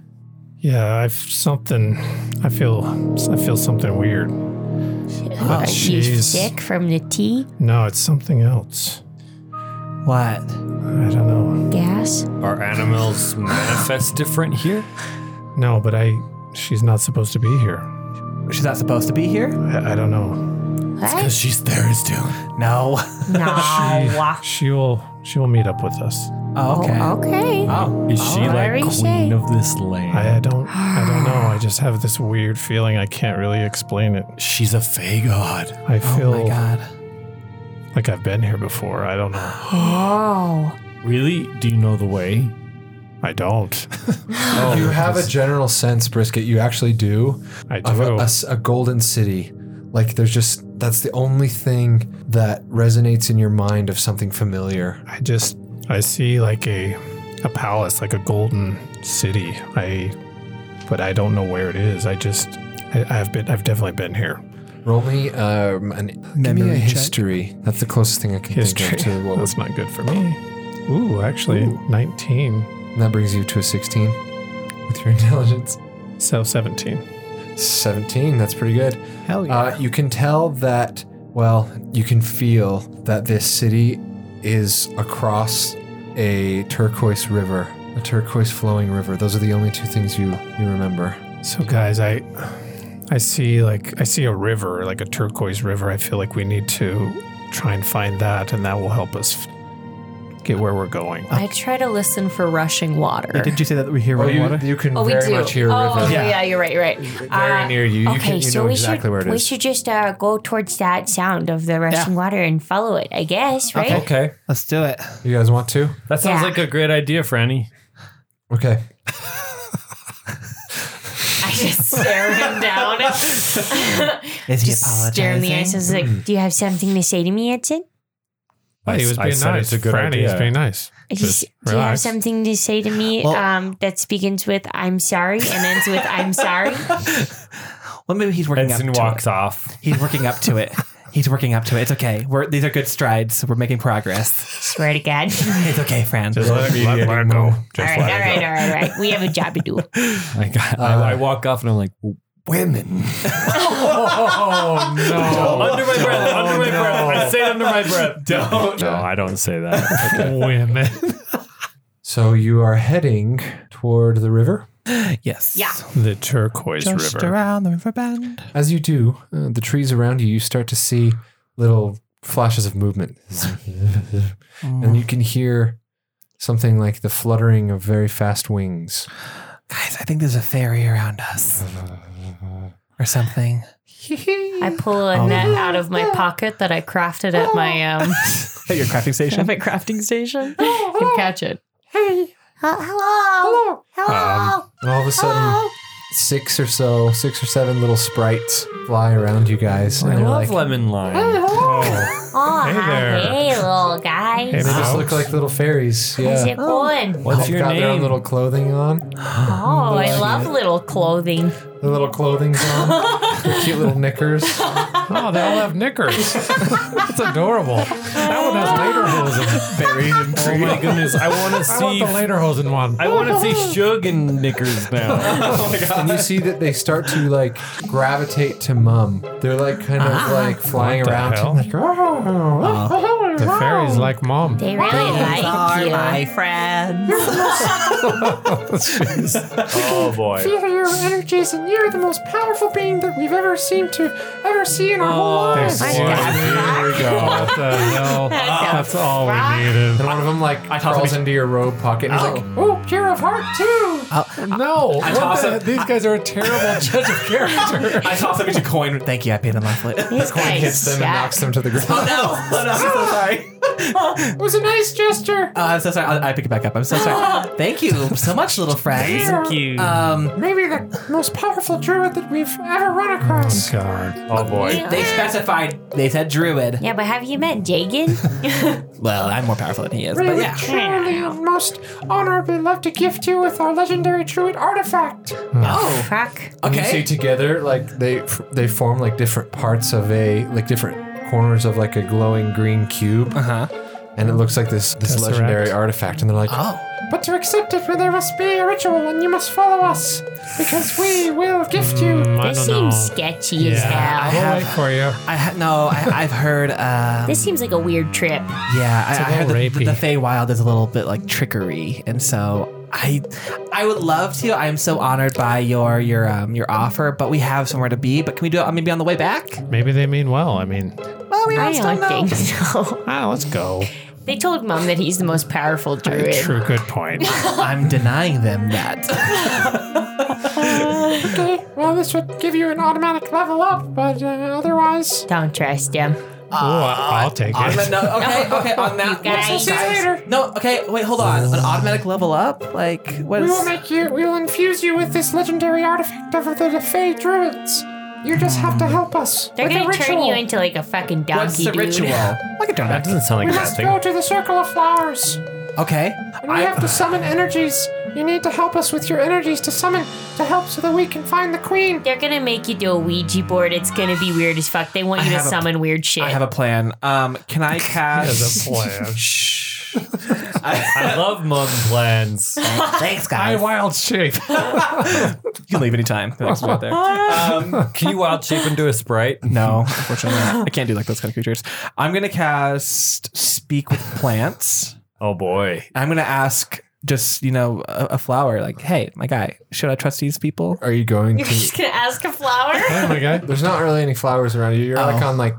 yeah, I've something. I feel. I feel something weird. Oh, jeez. she's sick from the tea No, it's something else. What? I don't know. gas. Are animals manifest different here? No, but I. She's not supposed to be here. She's not supposed to be here. I, I don't know. What? she's there as too. No. No. She will. She will meet up with us. Oh, okay. Oh, okay. Oh. Is she like Very queen shade. of this land? I, I don't. I don't know. I just have this weird feeling. I can't really explain it. She's a fey god. I feel Oh my God. like I've been here before. I don't know. Oh. Uh, Really? Do you know the way? I don't. you have a general sense brisket you actually do I do. of a- a, s- a golden city like there's just that's the only thing that resonates in your mind of something familiar I just I see like a a palace, like a golden city. I but I don't know where it is. I just I, I've been I've definitely been here. roll me um, an give me a Memory check. history that's the closest thing i can History. think of to what was That's not good for me. Ooh, actually nineteen. And that brings you to a 16 with your intelligence. So seventeen. 17, that's pretty good. Hell yeah. Uh, you can tell that, well, you can feel that this city is across a turquoise river, a turquoise flowing river. Those are the only two things you, you remember. So guys, I I see like I see a river, like a turquoise river. I feel like we need to try and find that and that will help us f- get where we're going. I try to listen for rushing water. Yeah, did you say that we hear Oh, running you, water? you can Oh, we very do. much hear a oh, river yeah. yeah, you're right. You're right. very Uh, near you. You, okay, can, you so know we exactly should where it we is. should just uh, go towards that sound of the rushing water and follow it, I guess, right? Okay. Let's do it. You guys want to? That sounds Yeah. like a great idea, Franny. Okay. I just stare him down. Is he just stare in the eyes. I was Hmm. like, "Do you have something to say to me, Edson? I he s- was I being said nice. it's a good Franny idea. is being nice. Do Just you have relax. something to say to me Well- um, that begins with 'I'm sorry' and ends with 'I'm sorry'? Well, maybe he's working Benson up to walks it. off. He's working up to it. He's working up to it. It's okay. We're, these are good strides. So we're making progress. Swear to God. It's okay, Fran. Let me Let, get let her it. go. all Just right, all let her right, all right, all right. We have a job to do. go. Like, I, I walk off and I'm like, women. Oh no! under my breath. Under my no. breath. I say it under my breath. Oh, Don't. No, I don't say that. women. So you are heading toward the river. Yes. Yeah. The turquoise Just river. around the river bend. As you do, uh, the trees around you, you start to see little flashes of movement. and you can hear something like the fluttering of very fast wings. Guys, I think there's a fairy around us or something. I pull Oh. a net out of my pocket that I crafted at my um At your crafting station. at my crafting station and catch it. Hello. Hello. And all of a sudden, six or so, six or seven little sprites fly around you guys. And I they're love like, lemon lime. Oh, oh, Hey hi, there. hey, little guys. Hey, they Oh. just Ouch. look like little fairies. How's Yeah. it going? What's They've your got their own name? little clothing on. Oh, I love little clothing. Their little clothing's on. their cute little knickers. oh, they all have knickers. That's adorable. That one has lederhosen buried in Oh tree. my goodness. I want to I want see. the lederhosen one. I want to see Suge and Knickers now. and you see that they start to like gravitate to mum. They're like kind of Ah. like flying What the around. hell? Oh. Like, The fairies like mom. They really like you. friends. oh boy. your energies, and you're the most powerful being that we've ever seemed to ever see in our whole Oh, lives. Thanks, Lord. Here we go. What the hell? That's all we needed. And one of them like crawls into your robe pocket, and he's like, "Oh, pure of heart too." Oh, No. What toss the, it. these guys are a terrible judge of character. Oh, I toss him a coin. Thank you. I paid him monthly. This guy Hits them and knocks them to the ground. Oh, no, I'm so sorry. It was a nice gesture. Uh, I'm so sorry. I, I pick it back up. I'm so sorry. Thank you so much, little friends. Thank you. Um, Maybe the most powerful druid that we've ever run Mm. across. God. Oh boy. they specified. They said druid. Yeah, but have you met Jagan? Well, I'm more powerful than he is, We but would yeah. truly and most honorably love to gift you with our legendary druid artifact. Oh, Fuck. You see okay. together, like they they form like different parts of a like different corners of like a glowing green cube, Uh huh. and it looks like this this Tesseract. legendary artifact. And they're like, "Ah, Oh, but to accept it, there must be a ritual, and you must follow us because we will gift you. Mm. I This don't seems know. sketchy as Yeah. hell. I'll have- wait for you. I ha- no. I, I've heard. Um, This seems like a weird trip. Yeah, I, I little heard that the, rapey. the Feywild is a little bit like trickery, and so I, I would love to. I am so honored by your your um your offer, but we have somewhere to be. But can we do it maybe on the way back? Maybe they mean well. I mean, Well, we I just don't think know. so. ah, let's go. They told Mom that he's the most powerful druid. True, good point. I'm denying them that. Okay, well, this would give you an automatic level up, but uh, otherwise, Don't trust him. Ooh, I- I'll take on the, it. no, okay, okay, on that. guys. See you later. No, okay, wait, hold on. An automatic level up? Like, what we will is? make you. We will infuse you with this legendary artifact of the Fey druids. You just have to help us. They're with the gonna turn ritual. you into like a fucking donkey What's the dude. ritual? Like a That donut. doesn't sound We like a bad must thing. go to the circle of flowers. Okay. And we have to summon energies. You need to help us with your energies to summon to help so that we can find the queen. They're gonna make you do a Ouija board. It's gonna be weird as fuck. They want you to have a- summon weird shit. I have a plan. Um, can I As a cast? plan. Shh. I love mug plans. Thanks, I guys. wild shape. You can leave anytime. Thanks right there. Um, can you wild shape into a sprite? No, unfortunately, not. I can't do like those kind of creatures. I'm gonna cast Speak with Plants. Oh boy. I'm gonna ask just you know a, a flower like, hey, my guy, should I trust these people? Are you going You're just gonna ask a flower? Hey, my guy. There's not really any flowers around you. You're Oh. like on like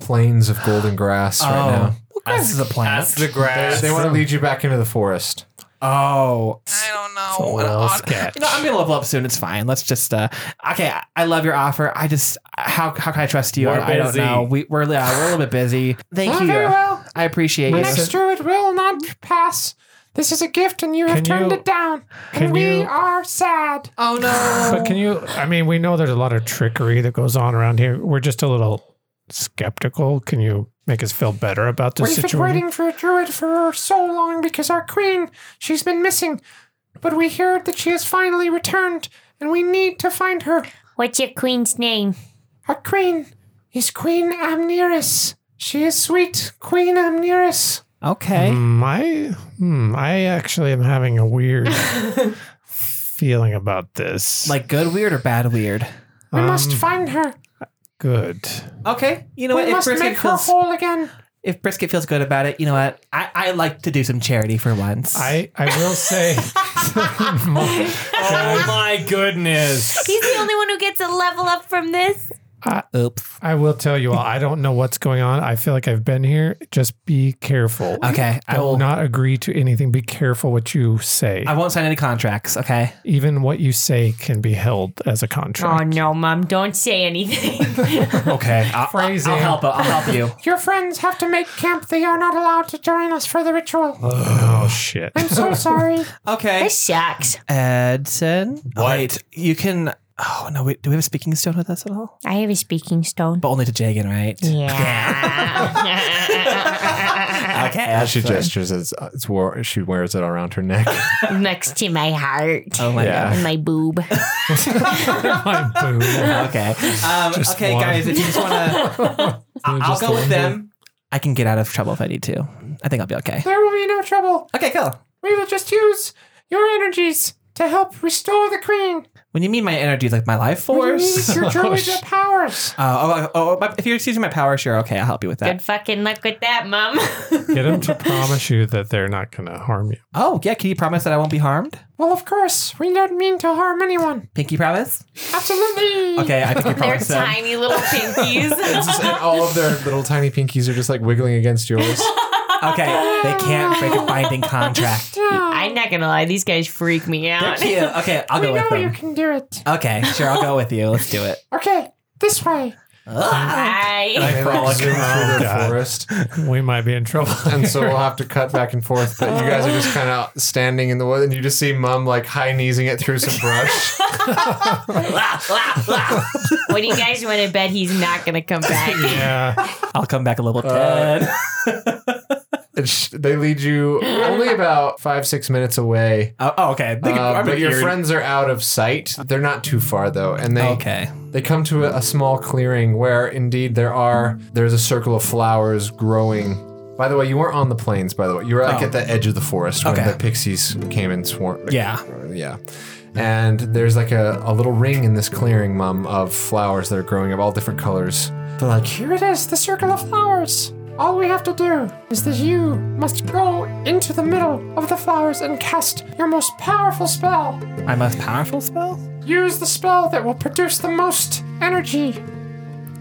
plains of golden grass right now. what grass is a plant? That's the grass. They want to lead you back into the forest. oh, I don't know. An Well, odd- sketch. You know, I'm gonna level up soon. It's fine. Let's just uh, okay. I- I love your offer. I just how how can I trust you? We're I, I don't busy. know. We, we're yeah, we're a little bit busy. Thank you. Ah, very well. I appreciate you. Next druid will not pass. This is a gift, and you have Can turned you- it down. can and we you- are sad. Oh no. But can you? I mean, we know there's a lot of trickery that goes on around here. We're just a little skeptical. Can you make us feel better about this We've been situation? waiting for a druid for so long because our queen, she's been missing. But we heard that she has finally returned, and we need to find her. What's your queen's name? Our queen is Queen Amneris. She is sweet Queen Amneris. Okay. Hmm, I, hmm, I actually am having a weird feeling about this. Like good weird or bad weird? We must Um, find her. good. Okay. You know what? We If must brisket make her feels whole again. if brisket feels good about it, you know what? I, I like to do some charity for once. I, I will say, Oh my goodness. He's the only one who gets a level up from this. Oops. I will tell you all, I don't know what's going on. I feel like I've been here. Just be careful. Okay. I Don't will not agree to anything. Be careful what you say. I won't sign any contracts, okay? Even what you say can be held as a Oh contract. no, mom! Don't say anything. Okay. I'll, Phrasing. I'll help I'll help you. Your friends have to make camp. They are not allowed to join us for the ritual. Oh, shit. I'm so sorry. Okay. this sucks. Edson. What? Wait, you can Oh no, wait, do we have a speaking stone with us at all? I have a speaking stone. But only to Jagan, right? Yeah. Okay. that's she fine. gestures as uh, it's war, she wears it around her neck. Next to my heart. Oh my Yeah. god. and My boob. My boo. Okay. Um, Just okay, one. guys, if you just want to, I'll go with them. I can get out of trouble if I need to. I think I'll be okay. there will be no trouble. Okay, cool. We will just use your energies to help restore the queen. When you mean my energy, like my life We force. need your druid powers. Uh, oh, oh, oh, my- if you're using my power, sure, okay, I'll help you with that. Good fucking luck with that, mom. Get them to promise you that they're not going to harm you. Oh, yeah, can you promise that I won't be harmed? Well, of course, we don't mean to harm anyone. Pinky promise? Absolutely. Okay, I think you They're promised them. tiny little pinkies. and all of their little tiny pinkies are just like wiggling against yours. Okay, they can't break a binding contract. I'm not gonna lie, these guys freak me They're out. cute. Okay, I'll we go with know you them. can do it. Okay, sure, I'll go with you. Let's do it. Okay, this way. Bye. They like zoom through the God. forest, We might be in trouble. Oh and so we'll have to cut back and forth. But you guys are just kind of standing in the wood, and you just see Mum like high kneesing it through some brush. What do you guys want to bet he's not gonna come back? yeah. I'll come back a little Uh, dead. And sh- they lead you only about five six minutes away. oh, oh, okay. They can- Uh, I'm but your weird. friends are out of sight. They're not too far though, and they Okay. They come to a, a small clearing where indeed there are there's a circle of flowers growing. By the way, you weren't on the plains, by the way. You were like Oh. at the edge of the forest when Okay. the pixies came and swarmed. Yeah. Yeah. And there's like a, a little ring in this clearing, Mum, of flowers that are growing of all different colors. They're like, Here it is, the circle of flowers. All we have to do is that you must go into the middle of the flowers and cast your most powerful spell. My most powerful spell? Use the spell that will produce the most energy,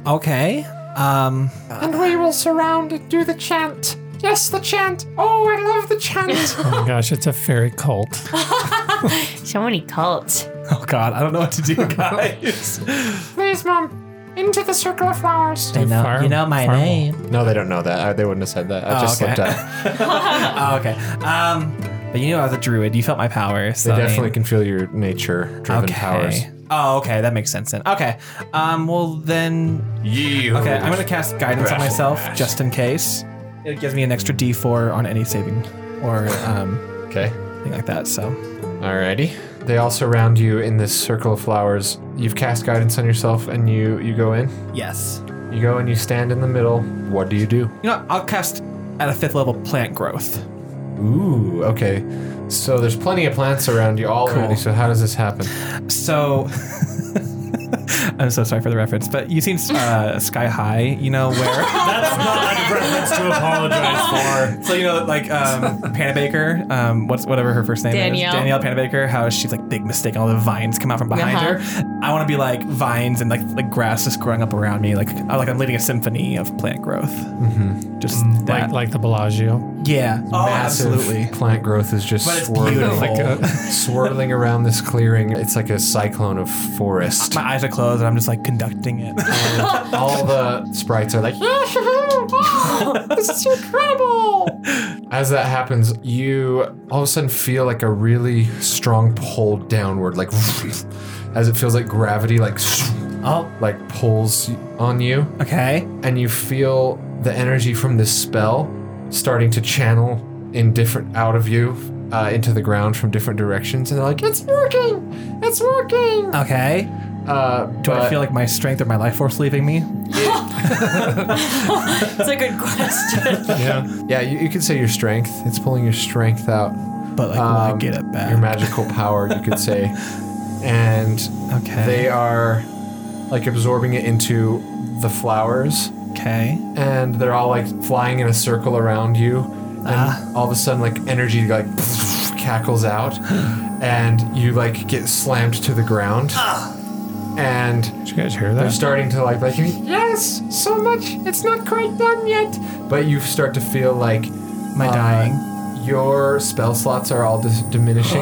Okay. Um, and we will surround and do the chant. Yes, the chant. Oh, I love the chant. Oh my gosh, it's a fairy cult. So many cults. oh god, I don't know what to do, guys. Please, Mom, into the circle of flowers. I know, Farm- you know my farm wall. name. no, they don't know that. I, they wouldn't have said that. I Oh, just okay. slipped up. Oh, okay. Um, but you knew I was a druid. You felt my powers. They so I mean- definitely can feel your nature driven powers. Oh, okay, that makes sense then. Okay. Um, well then. You. Okay, I'm gonna cast guidance on Battle myself mask. just in case. It gives me an extra D4 on any saving or um Okay. thing like that. So Alrighty. They all surround you in this circle of flowers. You've cast guidance on yourself and you you go in. yes. You go and you stand in the middle. What do you do? You know, what? I'll cast at a fifth level plant growth. Ooh, okay. So there's plenty of plants around you all already. So how does this happen? Oh, So. I'm so sorry for the reference, but you've seen uh, Sky High, you know, where. That's not a reference to apologize for. So you know, like um, Panabaker, um, what's whatever her first name Danielle. is, Danielle Panabaker. How she's like big mistake, and all the vines come out from behind her. I want to be like vines and like like grass just growing up around me, like I like I'm leading a symphony of plant growth. Mm-hmm. Just Like, that, like the Bellagio. yeah, oh, Massive absolutely. Plant growth is just But it's beautiful. swirling, Like a, swirling around this clearing. It's like a cyclone of forest. My eyes are closed, and I'm just like conducting it. all the sprites are like, "Wow, this is incredible. As that happens, you all of a sudden feel like a really strong pull downward, like as it feels like gravity, like oh, like pulls on you, okay. and you feel the energy from this spell starting to channel in different out of you uh, into the ground from different directions, and they're like, "It's working! It's working!" Okay. Uh, Do but I feel like my strength or my life force leaving me? That's a good question. yeah, you, you could say your strength. It's pulling your strength out. But like, will I Um, get it back? Your magical power, you could say, and Okay. they are like absorbing it into the flowers. okay. and they're all like flying in a circle around you and Ah. all of a sudden like energy like cackles out and you like get slammed to the ground Ah. and Did you guys hear that? you're starting to like like yes so much it's not quite done yet but you start to feel like Am I uh, dying? your spell slots are all dis- diminishing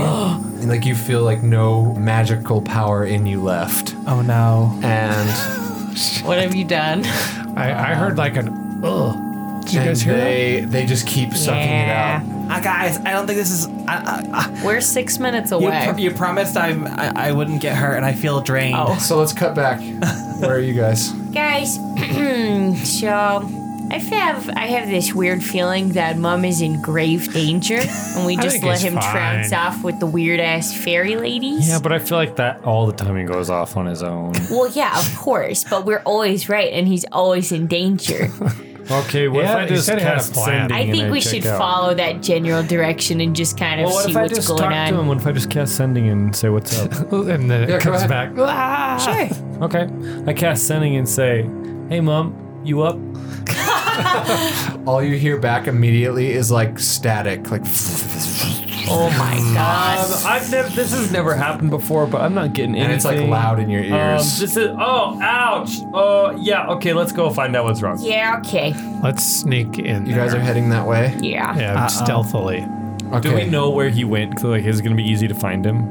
and like you feel like no magical power in you left Oh no. and what have you done? I, I heard like an ugh. Did you and guys hear that? they they just keep sucking it out Uh, guys, I don't think this is. I, I, I, We're six minutes you, away. pr- you promised I'm, I I wouldn't get hurt, and I feel drained. Oh. So let's cut back. Where are you guys? Guys, so I have I have this weird feeling that Mum is in grave danger, and we just think let he's him trounce fine. off with the weird ass fairy ladies. Yeah, but I feel like that all the time he goes off on his own. Well, yeah, of course, but we're always right, and he's always in danger. Okay, what Yeah, if I he just said he had a cast plan. sending? I and think we check should out? follow that general direction and just kind of Well, what see if I what's just going talk to him? on. What if I just cast sending and say what's up? And then it Yeah, go comes ahead. back. Sure. okay, I cast sending and say, "Hey, mom, you up?" All you hear back immediately is like static, like oh my Um, god. I've never. This has never happened before, but I'm not getting and it's anything. like loud in your Um, ears. this is. Oh, ouch. Oh, yeah. Okay, let's go find out what's wrong. Yeah. Okay. Let's sneak in. you guys are there. heading that way. Yeah. Yeah, stealthily. Okay. Do we know where he went? 'Cause, like, is it gonna be easy to find him?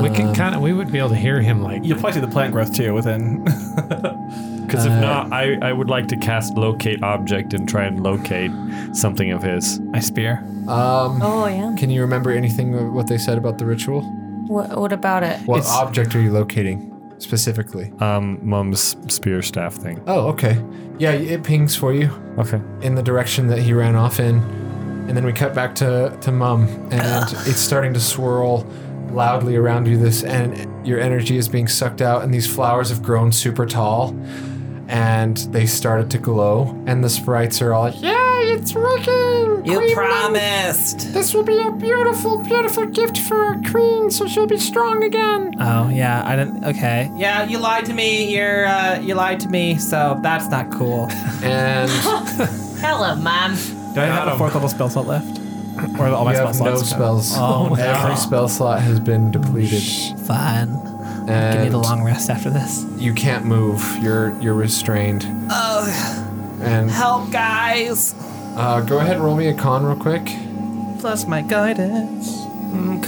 we can kind of. We would be able to hear him like. You'll probably see the plant growth too within. Because if not, I, I would like to cast locate object and try and locate something of his. My spear. Oh yeah. Can you remember anything of what they said about the ritual? What, what about it? What object are you locating specifically? Um, mom's spear staff thing. oh, okay. Yeah, it pings for you Okay. in the direction that he ran off in, and then we cut back to to mum, and it's starting to swirl loudly around you. This and your energy is being sucked out, and these flowers have grown super tall, and they started to glow, and the sprites are all like, "Yeah, it's working! Queen, promised. this will be a beautiful, beautiful gift for our queen, so she'll be strong again." Oh yeah, I didn't. Okay. Yeah, you lied to me. You're uh, you lied to me. So that's not cool. And Tell him, Mom. Do I have a fourth level spell slot left? Or all my you spell have no slots? gone? spells. Oh, no. Every spell slot has been depleted, Fine. I need and a long rest after this. you can't move. You're you're restrained. Oh. And Help, guys! Uh, go ahead and roll me a con real quick. Plus my guidance. Mm,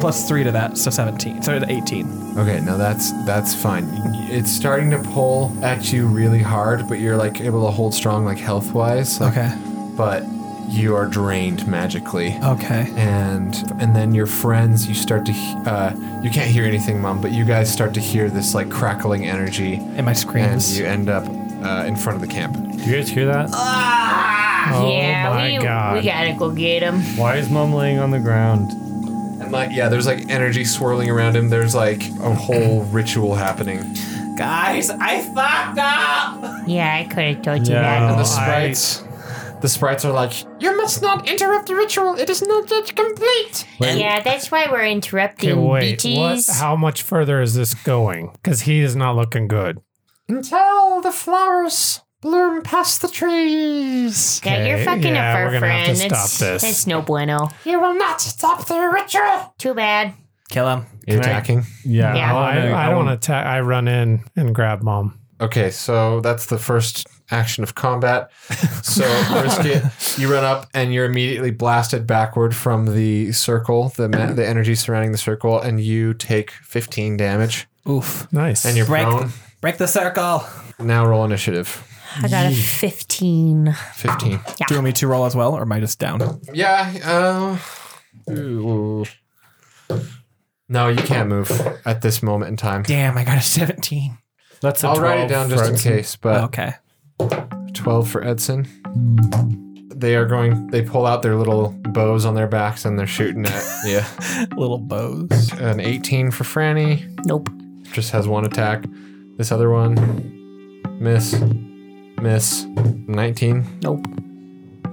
Plus three to that, so 17. So 18. Okay, now that's that's fine. It's starting to pull at you really hard, but you're like able to hold strong, like health wise. Like, Okay. But you are drained magically, Oh. Okay. and and then your friends, you start to he- uh, you can't hear anything, mom, but you guys start to hear this like crackling energy, And my and screams. you end up uh, in front of the camp. Do you guys hear that? yeah. Oh my we God. we gotta go get him. Why is mom laying on the ground? And like yeah, there's like energy swirling around him. There's like a whole ritual happening. Guys, I fucked up! Yeah, I could have told you Yeah. And Oh, the I- sprites, the sprites are like You must not interrupt the ritual. It is not yet complete. that. Yeah, that's why we're interrupting, Okay, wait. What? bitches. How much further is this going? Because he is not looking good. Until the flowers bloom past the trees. yeah, you're Okay, fucking yeah, up our we're gonna have friend. to that's, stop this. that's no bueno. You will not stop the ritual. Too bad. Kill him. You're attacking. Yeah. I, Yeah. I wanna- I, I don't wanna- attack. I run in and grab mom. Okay, so that's the first action of combat. So brisket, you run up and you're immediately blasted backward from the circle, the ma- the energy surrounding the circle, and you take 15 damage Oof. Nice. and you're Break. prone. Break the circle. Now roll initiative. I got a 15. 15. Do you want me to roll as well, or am I just down? Yeah. Uh, ooh. no, you can't move at this moment in time. Damn, I got a 17. That's a I'll write it 12 down just in friends. case, but Okay. 12 for Edson. They are going, they pull out their little bows on their backs and they're shooting at. Yeah. Little bows. an 18 for Franny, Nope. just has one attack. This other one, miss, miss, 19. Nope.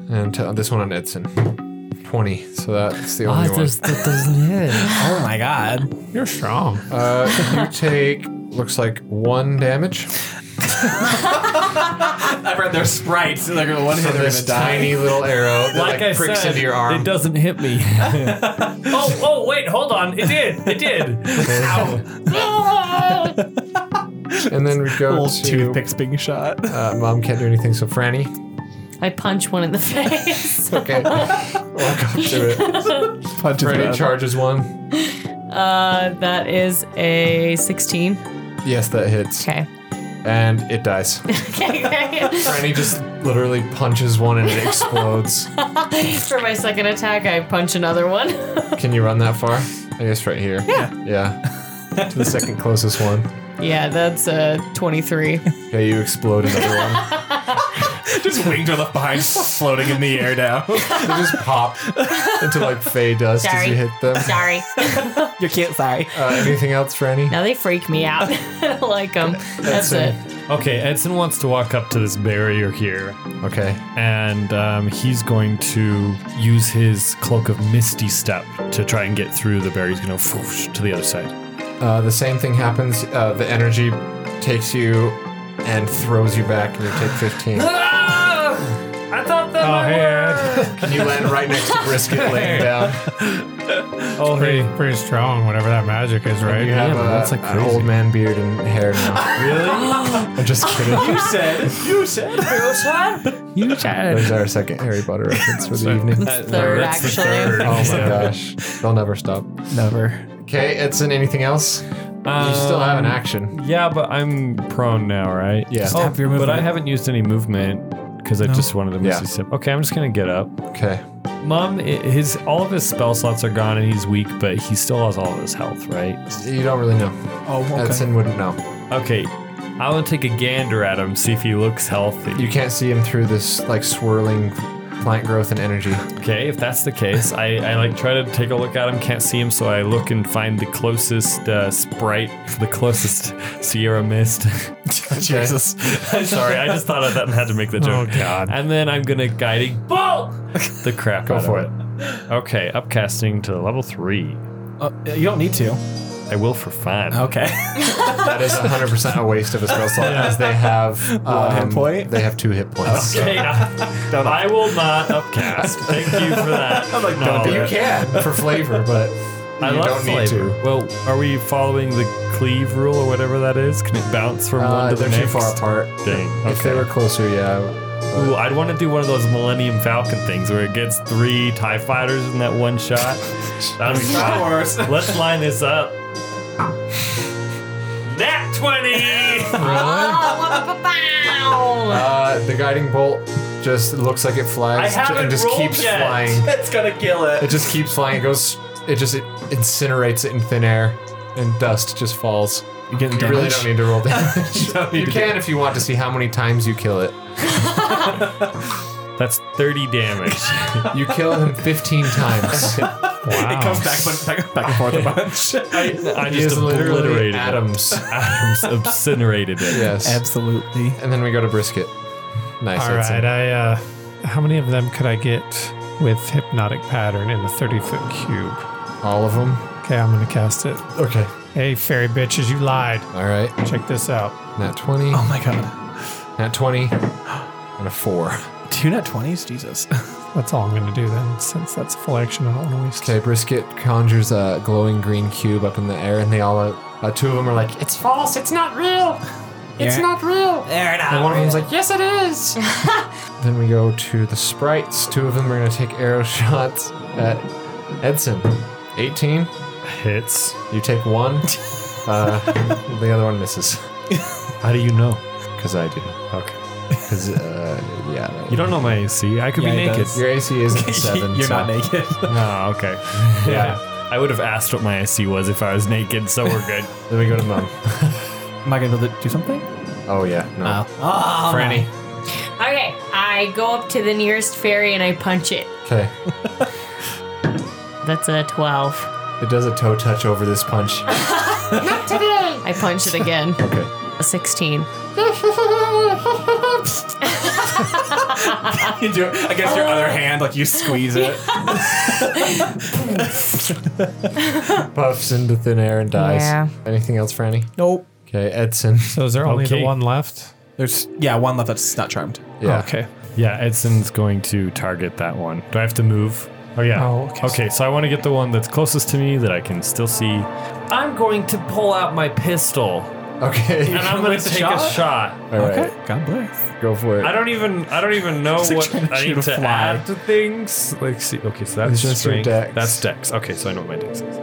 And uh, this one on Edson, 20. So that's the only one. that doesn't hit. Oh my god. You're strong. Uh, you take, looks like one damage. I've read their sprites. They're gonna one So hit this tiny little arrow that like, pricks into your arm. it doesn't hit me. oh, oh, wait, hold on. It did. It did. And then we go Little to toothpicks being shot. uh, mom can't do anything, so Franny. I punch one in the face. Okay, walk up to it. Punches Franny him. charges one. Uh, that is a 16. Yes, that hits, Okay. and it dies. Okay. Franny just literally punches one and it explodes. For my second attack, I punch another one. Can you run that far? I guess right here. Yeah. Yeah. to the second closest one. yeah, that's a 23. Okay, you explode another one. Just winged her left behind, floating in the air now. They just pop into like fey dust as Sorry. you hit them. Sorry. You can't, sorry. Uh, anything else, Franny? Now they freak me out. I don't like them. That's it. okay, Edson wants to walk up to this barrier here, Okay. and um, he's going to use his cloak of misty step to try and get through the barrier. He's going to whoosh to the other side. Uh, the same thing happens. Uh, the energy takes you and throws you back, and you take 15. Oh, hey, Ed. and you land right next to Brisket laying down. Oh, hey. Pretty, pretty strong, whatever that magic is, right? You have Yeah, but a, that's, like, an crazy. old man beard and hair now. really? I'm just kidding. said, you said. You said. There's our second Harry Potter reference for the evening. Third, that's the actually. third. Oh my gosh. They'll never stop. Never. Okay, Edson, anything else? you still have an Um, action. Yeah, but I'm prone now, right? Yeah. Oh, have your but I movement. haven't used any movement because I just wanted to miss Yeah. a step. Okay, I'm just gonna get up. Okay. Mom, i- his all of his spell slots are gone and he's weak, but he still has all of his health, right? You don't really know. Oh, Edson wouldn't know. Okay, I want to take a gander at him, see if he looks healthy. You can't see him through this like swirling plant growth and energy. Okay, if that's the case, I, I like try to take a look at him, can't see him, so I look and find the closest uh, sprite, the closest Sierra Mist. Jesus. Sorry, I just thought of that and had to make the joke. Oh God! And then I'm gonna guiding bolt the crap. Go out for of it. Okay, upcasting to level three. Uh, you don't need to. I will for fun. Okay. That is 100% a waste of a spell slot as they have One hit um, point? They have two hit points. Okay, I, I will not upcast. Thank you for that. I'm like, no, You can for flavor, but I you love don't need flavor. to. Well, are we following the cleave rule or whatever that is? Can it bounce from Uh, one to the they're too next? far apart. Dang. Okay. If they were closer, yeah. Ooh, I'd want to do one of those Millennium Falcon things where it gets three Tie Fighters in that one shot. That'd be Star fun. Wars. Let's line this up. Nat twenty. Uh, the guiding bolt just looks like it flies I ju- haven't and just rolled keeps yet. flying. It's gonna kill It just keeps flying. It goes. It just it incinerates it in thin air, and dust just falls. You getting You really don't need to roll damage. need you to can if you want to see how many times you kill it. That's thirty damage. You kill him 15 times. It comes back, back, back and forth a bunch. I He is just literally obliterated it. atoms. Adams incinerated it. Yes. Absolutely. and then we go to brisket. Nice. All that's right, it. I uh, how many of them could I get with hypnotic pattern in the thirty foot cube? All of them. Okay, I'm gonna cast it. Okay. Hey, fairy bitches, you lied. All right. Check this out. Nat 20. Oh my god. Nat 20. And a 4. Two net 20s? Jesus. That's all I'm gonna do then, since that's a full action. I don't want to waste. Okay, Brisket conjures a glowing green cube up in the air, and they all, uh, uh, two of them are like, it's false, it's not real! It's Yeah. not real! There it And is. one of them's like, yes, it is! then we go to the sprites. Two of them are gonna take arrow shots at Edson. 18. Hits. You take one, uh, the other one misses. How do you know? Because I do. Okay. Because, uh, yeah. You don't know my AC. I could Yeah, be he naked. does. Your AC isn't 7. You're so- not naked. No, okay. Yeah. I would have asked what my AC was if I was naked, so we're good. Then we go to Mum. Am I gonna be able to do something? Oh, yeah. No. Oh, Franny. Okay, I go up to the nearest fairy and I punch it. Okay. That's a 12. It does a toe touch over this punch. Today! I punch it again. Okay. 16. You do it against Oh. your other hand, like you squeeze it. Puffs into thin air and dies. Yeah. Anything else, Franny? Nope. Okay, Edson. So is there only Okay. the one left? There's yeah, one left that's not charmed. Yeah. Okay. Yeah, Edson's going to target that one. Do I have to move? Oh yeah. Oh, okay. so I want to get the one that's closest to me that I can still see. I'm going to pull out my pistol Okay. and I'm going With to the take a shot? shot. All right. God bless. Go for it. I don't even I don't even know like what trying to I shoot need a to fly. add to things. Like see, okay, so It's that's just your strength. dex. That's dex. Okay, so I know what my dex is.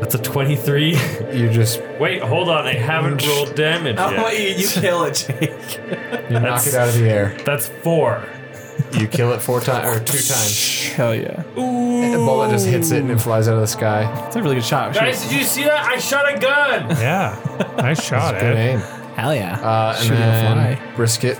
That's a 23. You just Wait, hold on. I haven't rolled damage yet. you, you kill it, Jake. you knock it out of the air. That's 4. You kill it four times or two times. Hell yeah. The bullet just hits it and it flies out of the sky. That's a really good shot. Shoot. Guys, did you see that? I shot a gun. Yeah. I shot Good it. aim. Hell yeah. Uh, and Shoot, it'll then brisket.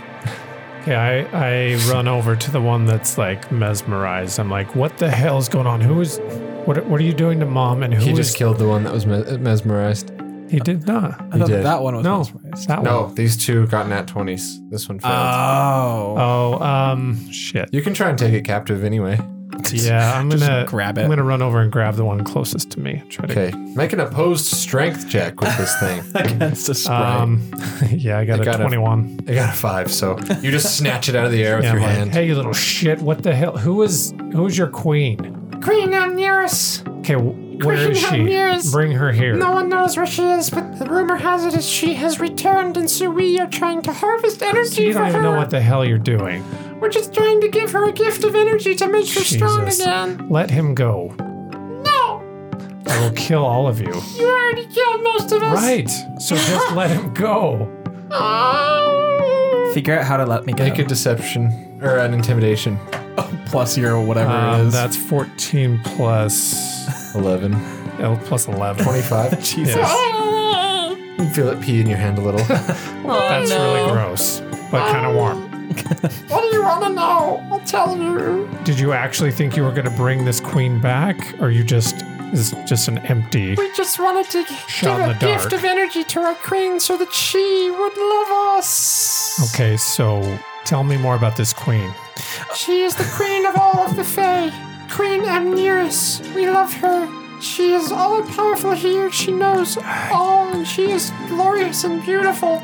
Okay, I, I run over to the one that's like mesmerized. I'm like, what the hell is going on? Who is what what are you doing to mom and who He is just killed the one that was mes- mesmerized. he did not. I thought did. that one was No. mesmerized. That No, one. these two got nat twenties. This one failed. Oh. Oh, um shit. you can try and take it captive anyway. Yeah, I'm Just gonna grab it. I'm gonna run over and grab the one closest to me. Try to Okay. Make an opposed strength check with this thing. Against a sprite. um yeah, I got I a got a- twenty one. I got a five, so you just snatch it out of the air with Yeah, your I'm like, hand. Hey, you little shit! What the hell? Who is who's your queen? Queen Amneris. Okay, wh- where Queen is she? Amneris. Bring her here. No one knows where she is, but the rumor has it is she has returned, and so we are trying to harvest energy you for don't even her. know what the hell you're doing. We're just trying to give her a gift of energy to make her strong Jesus. again. Let him go. No, I will kill all of you. you already killed most of us. Right. So just let him go. Oh. Figure out how to let me go. Make a deception or an intimidation. plus your whatever it Um, is. that's 14 plus Eleven. L plus 11. Twenty-five. Jesus. Oh, you feel it pee in your hand a little. That's really gross, but kind of warm. What do you want to know? I'll tell you. Did you actually think you were going to bring this queen back, or you just is just an empty? We just wanted to g- Shot give in a the gift dark. of energy to our queen so that she would love us. Okay, so tell me more about this queen. She is the queen of all of the Fae. Queen Amneris. We love her. She is all powerful here. She knows all, and she is glorious and beautiful.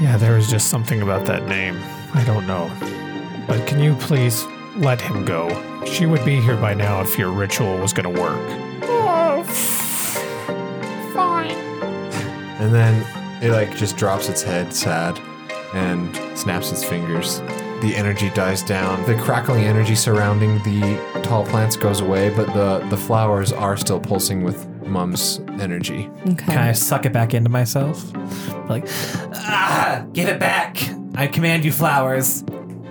Yeah, there was just something about that name. I don't know. But can you please let him go? She would be here by now if your ritual was going to work. Oh, f- fine. and then it like just drops its head sad and snaps its fingers. The energy dies down. The crackling energy surrounding the tall plants goes away, but the, the flowers are still pulsing with mum's energy. Can I suck it back into myself? Like, ah, give it back. I command you flowers.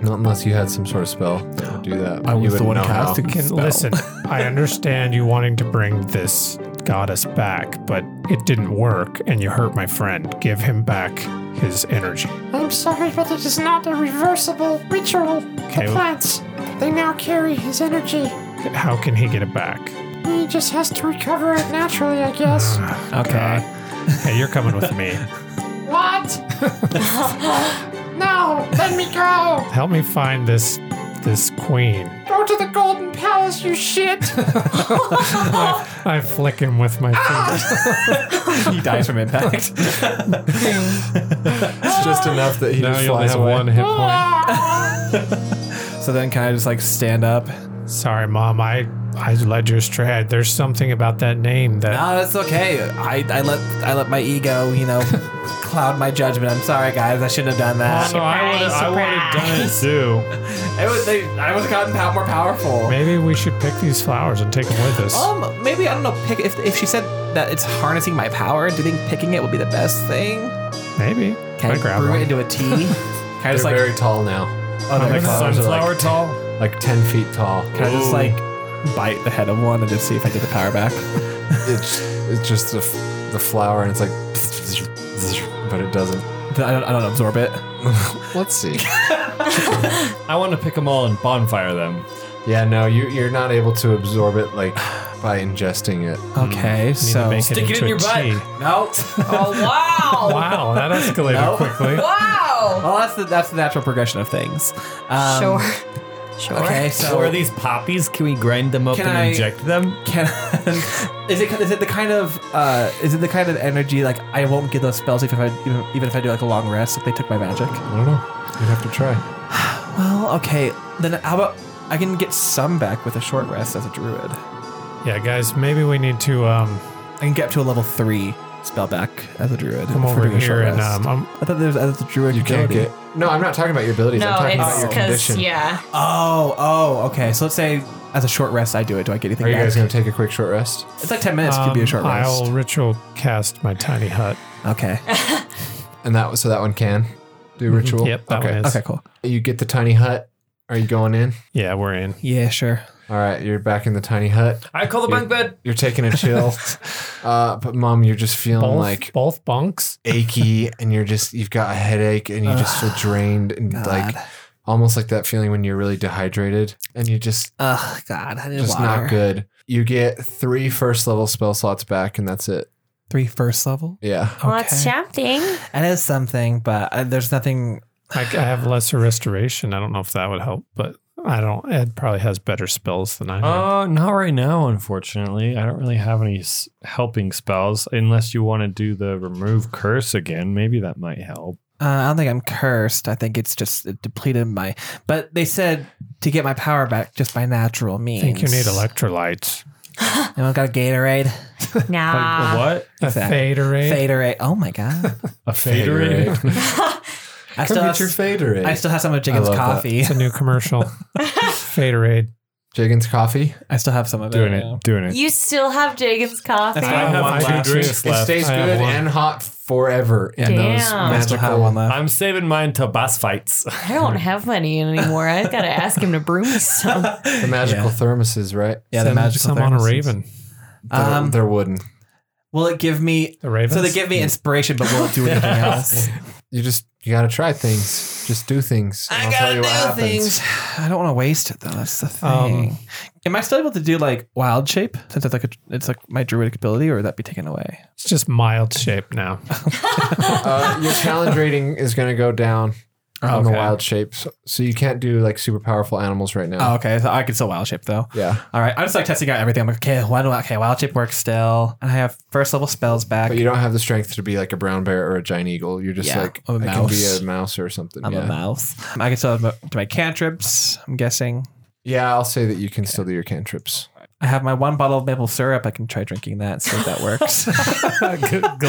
Not unless you had some sort of spell that would do that. I You was the wouldn't one know how. casting Can, spell. listen, I understand you wanting to bring this goddess back, but it didn't work and you hurt my friend. Give him back his energy. I'm sorry, but it is not a reversible ritual. Okay. The plants, they now carry his energy. How can he get it back? He just has to recover it naturally, I guess. Okay. Hey, you're coming with me. What? no, let me go. Help me find this this queen. Go to the Golden Palace, you shit. I flick him with my Ah! finger. he dies from impact. It's just enough that he Now just you only flies have away. one hit point. Ah! so then, can I just like stand up? Sorry, mom. I I led you astray. There's something about that name that No, that's "Ah, okay. I, I let I let my ego, you know, cloud my judgment. I'm sorry, guys. I shouldn't have done that. no, I would I would have done it too. I was they, I was gotten pow- more powerful. Maybe we should pick these flowers and take them with us. Um, maybe I don't know. Pick if if she said that it's harnessing my power. Do you think picking it would be the best thing? Maybe. Can I, I grab brew one. it into a tea? Can I They're just like very tall now. oh, there it goes. Sunflower tall? Like 10 feet tall. Can I just like bite the head of one and just see if I get the power back? It's, it's just the, f- the flower and it's like, but it doesn't. Then I don't, I don't absorb it. Let's see. I want to pick them all and bonfire them. Yeah, no, you, you're not able to absorb it like by ingesting it. Hmm. Okay, so make it Stick it into in a your butt. tea. no. Oh, wow. Wow, that escalated No. quickly. wow. Well, that's the that's the natural progression of things. Um, sure. Sure. Okay, So so are these poppies? Can we grind them up Can and I- inject them? can is it is it the kind of uh, is it the kind of energy like I won't get those spells even if I even, even if I do like a long rest if they took my magic? I don't know. You'd have to try. Well, okay, then how about I can get some back with a short rest as a druid. Yeah, guys, maybe we need to um, I can get up to a level three spell back as a druid. come for over doing a short here and rest. um, um, I thought there was as a druid You can't ability. get. No, I'm not talking about your abilities. I'm No, talking about it's your condition. because, yeah. Oh, oh, okay. So let's say as a short rest, I do it. Do I get anything? Are you back? guys going to take a quick short rest? It's like ten minutes. could be a um, short rest. I'll ritual cast my tiny hut. Okay. And that so that one can do ritual. Mm-hmm. Yep, that okay. one is. Okay. Cool. You get the tiny hut. Are you going in? Yeah, we're in. Yeah. Sure. All right, you're back in the tiny hut. I call the bunk bed. You're taking a chill. uh, but mom, you're just feeling Both, like both bunks. achy, and you're just you've got a headache, and you just feel drained, and like almost like that feeling when you're really dehydrated, and you just Oh God. I need just water. not good. You get three first level spell slots back, and that's it. Three first level. Yeah. Well, it's something. That is something, but uh, there's nothing. I, I have lesser restoration. I don't know if that would help, but I don't. Ed probably has better spells than I do. Oh, Uh, not right now, unfortunately. I don't really have any s- helping spells unless you want to do the remove curse again. Maybe that might help. Uh, I don't think I'm cursed. I think it's just it depleted my. But they said to get my power back just by natural I means. think you need electrolytes. Anyone got a Gatorade? Nah. what? A Exactly. faderade. Faderade. Oh my God. A faderade? Come I still get have. your faderade. I still have some of Jenkins love that. coffee. It's a new commercial. faderade. Jiggins coffee. I still have some of doing it. it. Doing it. You still have Jagan's coffee. That's I I have have one two left. drinks It left. stays I have good one. and hot forever in those Damn. I still have magical one left. I'm saving mine to boss fights. I don't have money anymore. I've got to ask him to brew me some. the magical Yeah. thermoses, right? Yeah, the Send magical some on a thermoses. raven. They're, Um, they're wooden. Will it give me? The ravens. So they give me inspiration, but will it do anything else? You just you gotta try things. Just do things. and I I'll gotta tell you do what happens. things. I don't want to waste it though. That's the thing. Um, Am I still able to do like wild shape since it's like a, it's like my druidic ability, or would that be taken away? It's just mild shape now. Uh, your challenge rating is gonna go down on the Okay. wild shapes, so you can't do like super powerful animals right now. Oh, okay. So I can still wild shape though. Yeah, All right. I'm just like testing out everything. I'm like, okay, why do I, okay, wild shape works still, and I have first level spells back. but you don't have the strength to be like a brown bear or a giant eagle. You're just Yeah, like I'm a I can be mouse. a Oh, mouse or something. I'm yeah. a mouse. Um, I can still have my, do my cantrips. I'm guessing. yeah, I'll say that you can still do your cantrips. I have my one bottle of maple syrup. I can try drinking that and see if that works. Good God.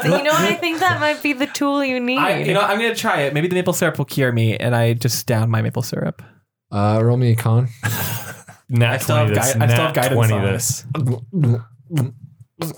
But you know what? I think that might be the tool you need. I, you know, I'm gonna try it. Maybe the maple syrup will cure me, and I just down my maple syrup. Uh, roll me a con. Nat I still 20 have, this. gui- I still have Nat guidance 20 on this. this.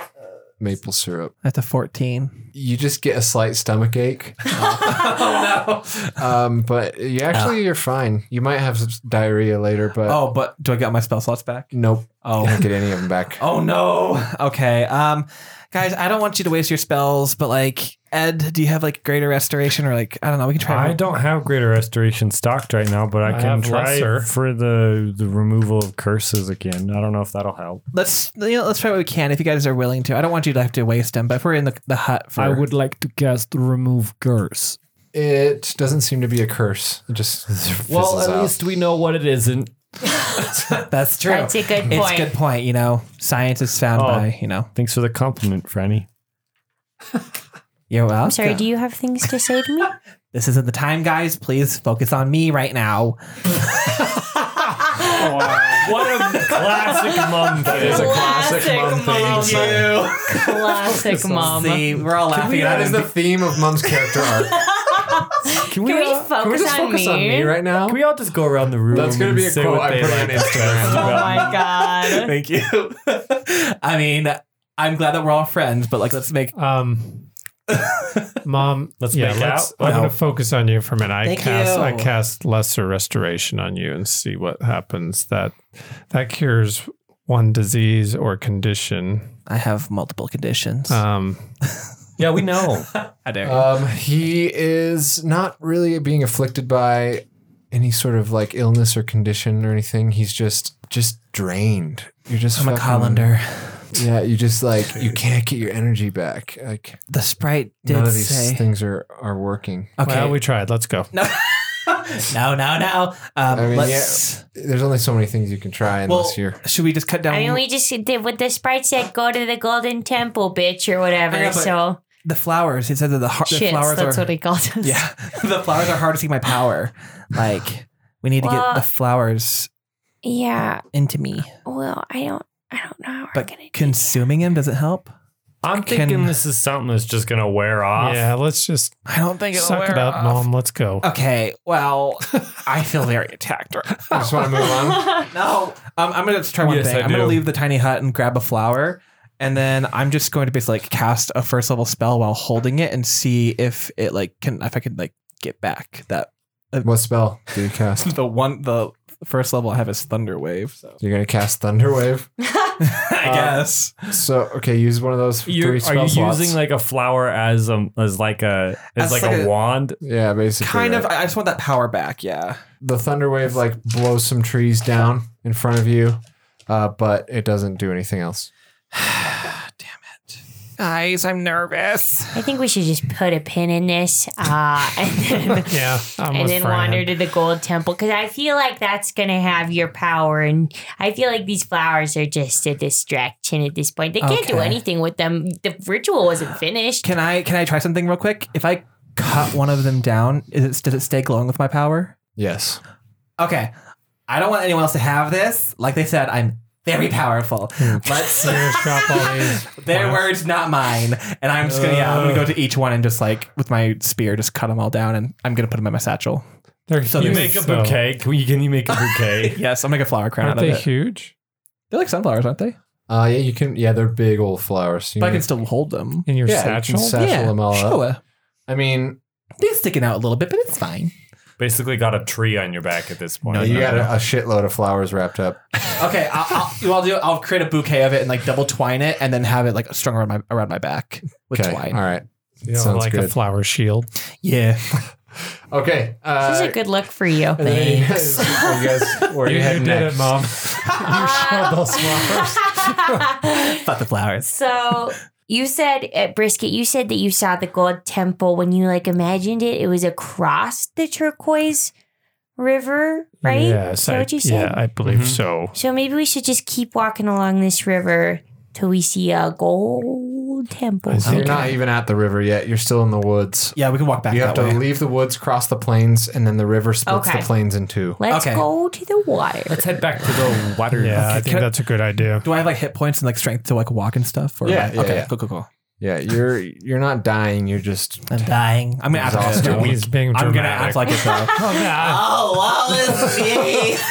Maple syrup. That's a 14. You just get a slight stomach ache. Um, but you actually you're fine. You might have some diarrhea later, but Oh, but do I get my spell slots back? nope. You Oh. don't get any of them back. oh no. Okay. Um guys, I don't want you to waste your spells, but like Ed, do you have like greater restoration or like I don't know, we can try I don't have greater restoration stocked right now, but I, I can have try lesser. for the the removal of curses again. I don't know if that'll help. let's you know, let's try what we can if you guys are willing to. I don't want you to have to waste them, but if we're in the, the hut for like to cast remove curse. It doesn't seem to be a curse. It just Well, fizzles at out. least we know what it isn't. that's true. That's a good it's a point. good point, you know. Science is found Oh. by, you know. Thanks for the compliment, Franny. You're welcome. I'm sorry, do you have things to say to me? this isn't the time, guys. Please focus on me right now. What a classic mom thing. is a classic mom thing. Classic mom. See, Um, we're all laughing that at is it. the theme of mom's character arc. Can Can we all- focus, Can we just on, focus me? on me right now? can we all just go around the room? That's gonna and be a say quote what I they put on us to ask Instagram. Oh about my god. Thank you. I mean, I'm glad that we're all friends, but like, let's make. Um, Mom, Let's yeah, make let's, out? I'm No. going to focus on you for a minute. I Thank cast, you. I cast lesser restoration on you and see what happens. That that cures one disease or condition. I have multiple conditions. Uh, Um, Yeah, we know. I do. Um, he is not really being afflicted by any sort of like illness or condition or anything. He's just just drained. You're just I'm a fucking- colander. Yeah, you just like you can't get your energy back. Like The sprite did none of these say. things are are working. okay. Well, Oh, we tried. Let's go. no, no, no. Um, I mean, let's. There's only so many things you can try unless Well, you're. should we just cut down I mean, we just did what the sprite said go to the Golden Temple, bitch, or whatever. Yeah, but- so, the flowers? It said that the, har- the Shits, flowers that's are. what he called us. yeah, the flowers are harnessing my power. Like we need to get Well- the flowers yeah. into me, Well, I don't. I don't know how we're but gonna. consuming him doesn't help. I'm Can- thinking this is something that's just gonna wear off. Yeah, let's just I don't think it'll suck wear it up, off. mom. Let's go. Uh, Okay, well, I feel very attacked. Right I just want to move on. No, um, I'm gonna try one Yes, thing. I I'm gonna do. leave the tiny hut and grab a flower, and then I'm just going to basically like cast a first level spell while holding it and see if it like can if I can like get back that What spell do you cast? the one the first level I have is thunder wave. So You're gonna cast Thunderwave. I guess So okay, use one of those for You're, three are spell you slots. using like a flower as um as like a as, As like, like a, a- wand? yeah, basically. kind right. of. I I just want that power back. Yeah. the thunder wave like blows some trees down in front of you, uh, but it doesn't do anything else. Damn it, guys! I'm nervous. I think we should just put a pin in this, uh, and then Yeah, I'm and with then Fran. wander to the gold temple because I feel like that's gonna have your power, and I feel like these flowers are just a distraction at this point. They can't do Okay. anything with them. The ritual wasn't finished. Can I can I try something real quick? If I cut one of them down, is it, does it stay glowing with my power? Yes. Okay. I don't want anyone else to have this. Like they said, I'm very powerful. Let's Drop Hmm. all these. Their words, not mine. And I'm just gonna, yeah, I'm gonna go to each one and just like with my spear, just cut them all down, and I'm gonna put them in my satchel. They're So You huge. make a though. bouquet. Can you, can you make a bouquet? Yes, I'll make a flower crown Aren't out of they it. huge? They're like sunflowers, aren't they? Uh, yeah, you can. Yeah, they're big old flowers. You But I can- can still hold them. In your yeah, satchel? You can satchel yeah, them all up. sure. I mean, They're sticking out a little bit, but it's fine. Basically, got a tree on your back at this point. no, you got a, a shitload of flowers wrapped up. Okay, I'll, I'll, you know what I'll do. I'll create a bouquet of it and like double twine it, and then have it like strung around my around my back with Okay. twine. All right. You know, Sounds like a good. flower shield. Yeah. Okay. Uh, This is a good look for you. and then you guys, you guys, where are You, you, you heading did next? it, mom. you showed those flowers. Fuck the flowers. So you said at brisket, you said that you saw the gold temple when you like imagined it. It was across the turquoise river, right? Yes, Is that I, what you said? yeah, I believe Mhm. so. So maybe we should just keep walking along this river till we see a gold temple. So You're not even at the river yet. You're still in the woods. Yeah, we can walk back You have that to way. leave the woods, cross the plains, and then the river splits Okay. the plains in two. Let's Okay. go to the water. Let's head back to the water. Yeah, I think can- that's a good idea. Do I have like hit points and like strength to like walk and stuff? Or Yeah, am I- yeah, okay, yeah. cool, cool, cool. Yeah, you're you're not dying. You're just I'm dying. I'm gonna act like Exhausted. a He's dog. being I'm gonna dramatic. act like a dog.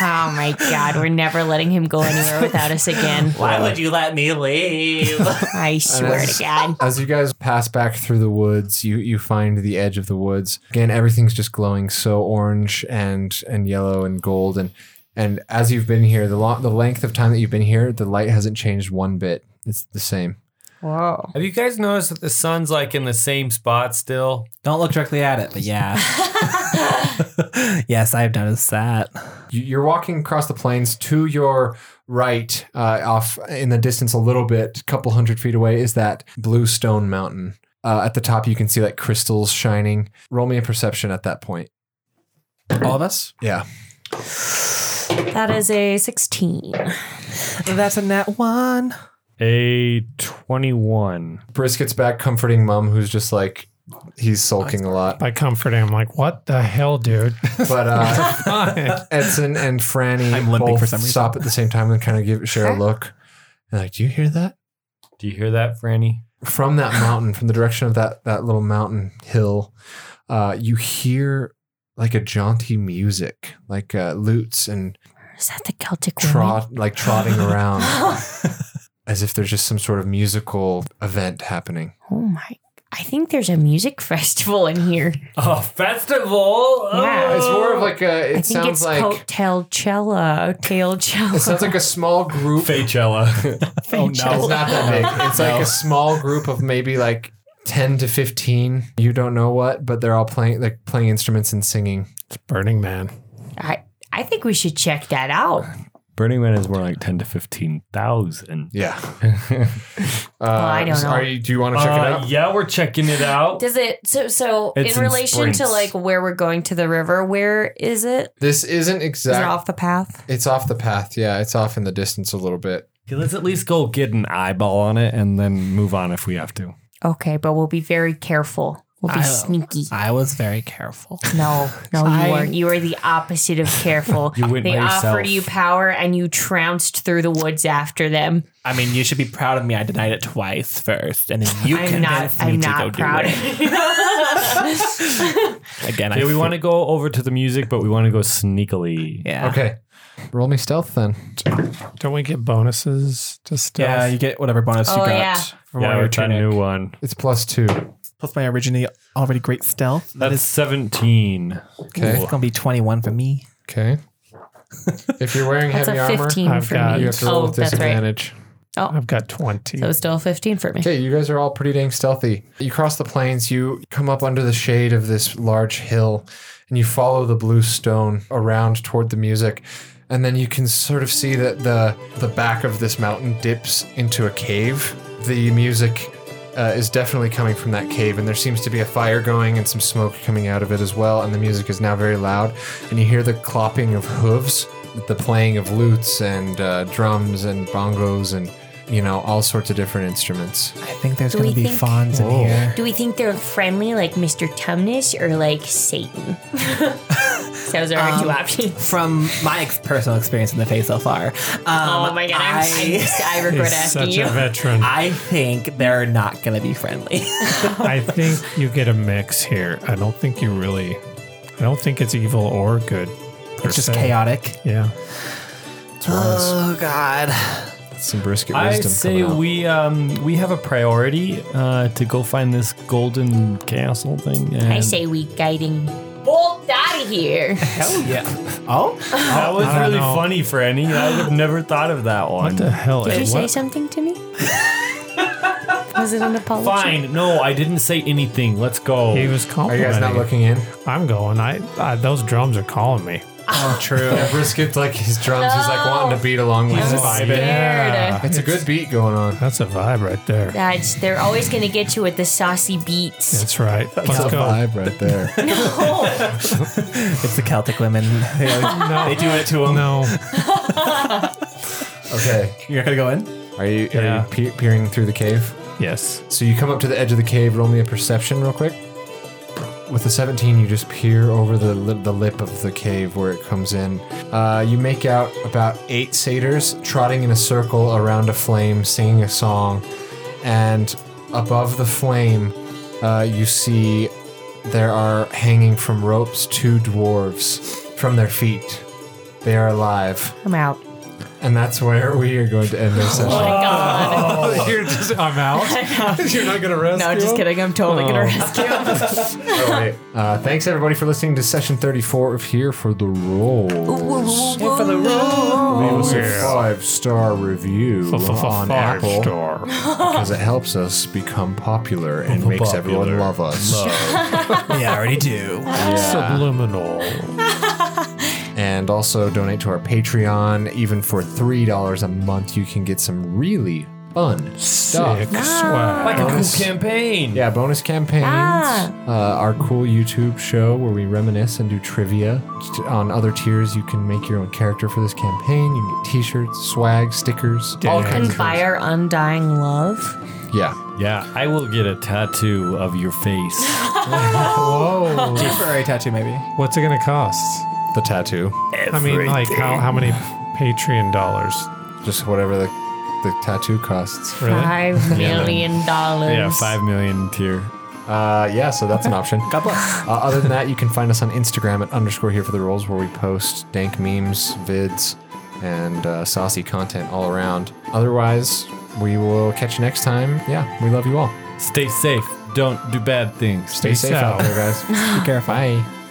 Oh my god, we're never letting him go anywhere without us again. Why would you let me leave? I swear to God. As you guys pass back through the woods, you you find the edge of the woods. Again, everything's just glowing so orange and and yellow and gold and and as you've been here, the lo- the length of time that you've been here, the light hasn't changed one bit. It's the same. Whoa. Have you guys noticed that the sun's like in the same spot still? Don't look directly at it, but yeah. yes, I have noticed that. You- You're walking across the plains to your right, uh, off in the distance a little bit, a couple hundred feet away, is that blue stone mountain. Uh, at the top, you can see like crystals shining. Roll me a perception at that point. All of us? Yeah. That is a 16. That's a net one. A twenty-one. Brisket's back comforting mom, who's just like he's sulking a lot. By comforting, I'm like, what the hell, dude? But uh, Fine. Edson and Franny I'm limping both for some reason. stop at the same time and kind of give share a look. And like, do you hear that Do you hear that, Franny? from that mountain, from the direction of that that little mountain hill? Uh, you hear like a jaunty music, like uh, lutes and Is that the Celtic woman? trot, like trotting around, as if there's just some sort of musical event happening. Oh my. I think there's a music festival in here. Oh, festival! Yeah. It's more of like a. It I think sounds it's like like... Coachella, Tailcella. it sounds like a small group Faychella. Oh It's not that big. It's like a small group of maybe like ten to fifteen. You don't know what, but they're all playing like playing instruments and singing. Burning Man. I I think we should check that out. Burning Man is more like ten to fifteen thousand. Yeah. Uh, I don't so know. Are you, do you want to check it Uh, out? Uh, yeah, we're checking it out. Does it so so It's in in relation to sprints. like where we're going to the river? Where is it? This isn't Is it exact. off the path? it's off the path. Yeah, it's off in the distance a little bit. Let's at least go get an eyeball on it and then move on if we have to. Okay, but we'll be very careful. We'll be I- sneaky. I was very careful. no, no, I- you weren't. You were the opposite of careful. You went they by offered yourself. you power, and you trounced through the woods after them. I mean, you should be proud of me. I denied it twice first, and then you I'm not. convinced me I'm to go not do proud. it again. Yeah, I we fl- want to go over to the music, but we want to go sneakily. Oh. Yeah. Okay. Roll me stealth then. Don't we get bonuses to stuff? Yeah, you get whatever bonus you Oh, got yeah. from Yeah, yeah, with that new one. It's plus two. Plus my originally already great stealth. That That's is seventeen. Okay. it's gonna be twenty one for me. Okay. If you're wearing That's heavy a armor, 15 I've for got- me. you have to roll oh, with that's right. disadvantage. I've got 20. So it's still 15 for me. Okay, you guys are all pretty dang stealthy. You cross the plains, you come up under the shade of this large hill, and you follow the blue stone around toward the music. And then you can sort of see that the the back of this mountain dips into a cave. The music uh, is definitely coming from that cave, and there seems to be a fire going and some smoke coming out of it as well. And the music is now very loud, and you hear the clopping of hooves, the playing of lutes and uh, drums and bongos and you know all sorts of different instruments. I think there's Do gonna we be think- fawns in Oh, here. Do we think they're friendly like Mr. Tumnus or like Satan? Those are our two options. From my ex- personal experience in the face so far, um, Oh my god, I'm, I, I, I regret asking Such you. a veteran. I think they're not gonna be friendly. I think you get a mix here. I don't think you really. I don't think it's evil or good. per it's just se. chaotic. Yeah. Oh god. Some brisket I wisdom say coming out. we um we have a priority uh to go find this golden castle thing. And I say we guiding bolt out of here. Hell yeah. Oh, that was I don't really know. funny, Franny. I would have never thought of that one. What the hell? Did you Ed? say What- something to me? Was it an apology? Fine. No, I didn't say anything. Let's go. He was Are you complimenting. guys not looking in? I'm going. I, I those drums are calling me. True. brisket like his drums. He's like wanting to beat along with I'm his vibe. scared. It's a good beat going on. That's a vibe right there. That's, they're always going to get you with the saucy beats. That's right. Let's go. right there. it's the Celtic women. They always- No, they do it to them. no. okay. You're gonna go in. Are you, are Yeah. you pe- peering through the cave? Yes. So you come up to the edge of the cave. Roll me a perception real quick. With a 17, you just peer over the li- the lip of the cave where it comes in. Uh, you make out about eight satyrs trotting in a circle around a flame, singing a song, and above the flame, uh, you see there are hanging from ropes two dwarves from their feet. They are alive, I'm out. and that's where we are going to end this session. God. You're just. I'm out. You're not gonna rest. No, just kidding. I'm totally gonna Oh, rescue him. Alright. Uh, thanks everybody for listening to session 34 of Here for the Rolls. Leave us a five star review on Five Apple star. because it helps us become popular and makes everyone love us. Yeah, I already do. Subliminal. And also donate to our Patreon. Even for three dollars a month, you can get some really fun stuff. Sick swag. like a Oh. cool campaign. Yeah, bonus campaigns, uh, our cool YouTube show where we reminisce and do trivia. On other tiers, you can make your own character for this campaign. You can get T-shirts, swag, stickers, all kinds And of by our undying love. things. Yeah, Yeah, I will get a tattoo of your face. Whoa. Temporary tattoo, maybe. What's it gonna cost? the tattoo, I mean, like how, how many Patreon dollars? just whatever the the tattoo costs. Really? Five million dollars. yeah, five million tier. Uh, yeah, so that's an option. God bless. Uh, other than that, you can find us on Instagram at underscore here for the rolls, where we post dank memes, vids, and uh, saucy content all around. Otherwise, we will catch you next time. Yeah, we love you all. Stay safe. Don't do bad things. Stay Peace safe out. out there, guys. Be careful. Bye.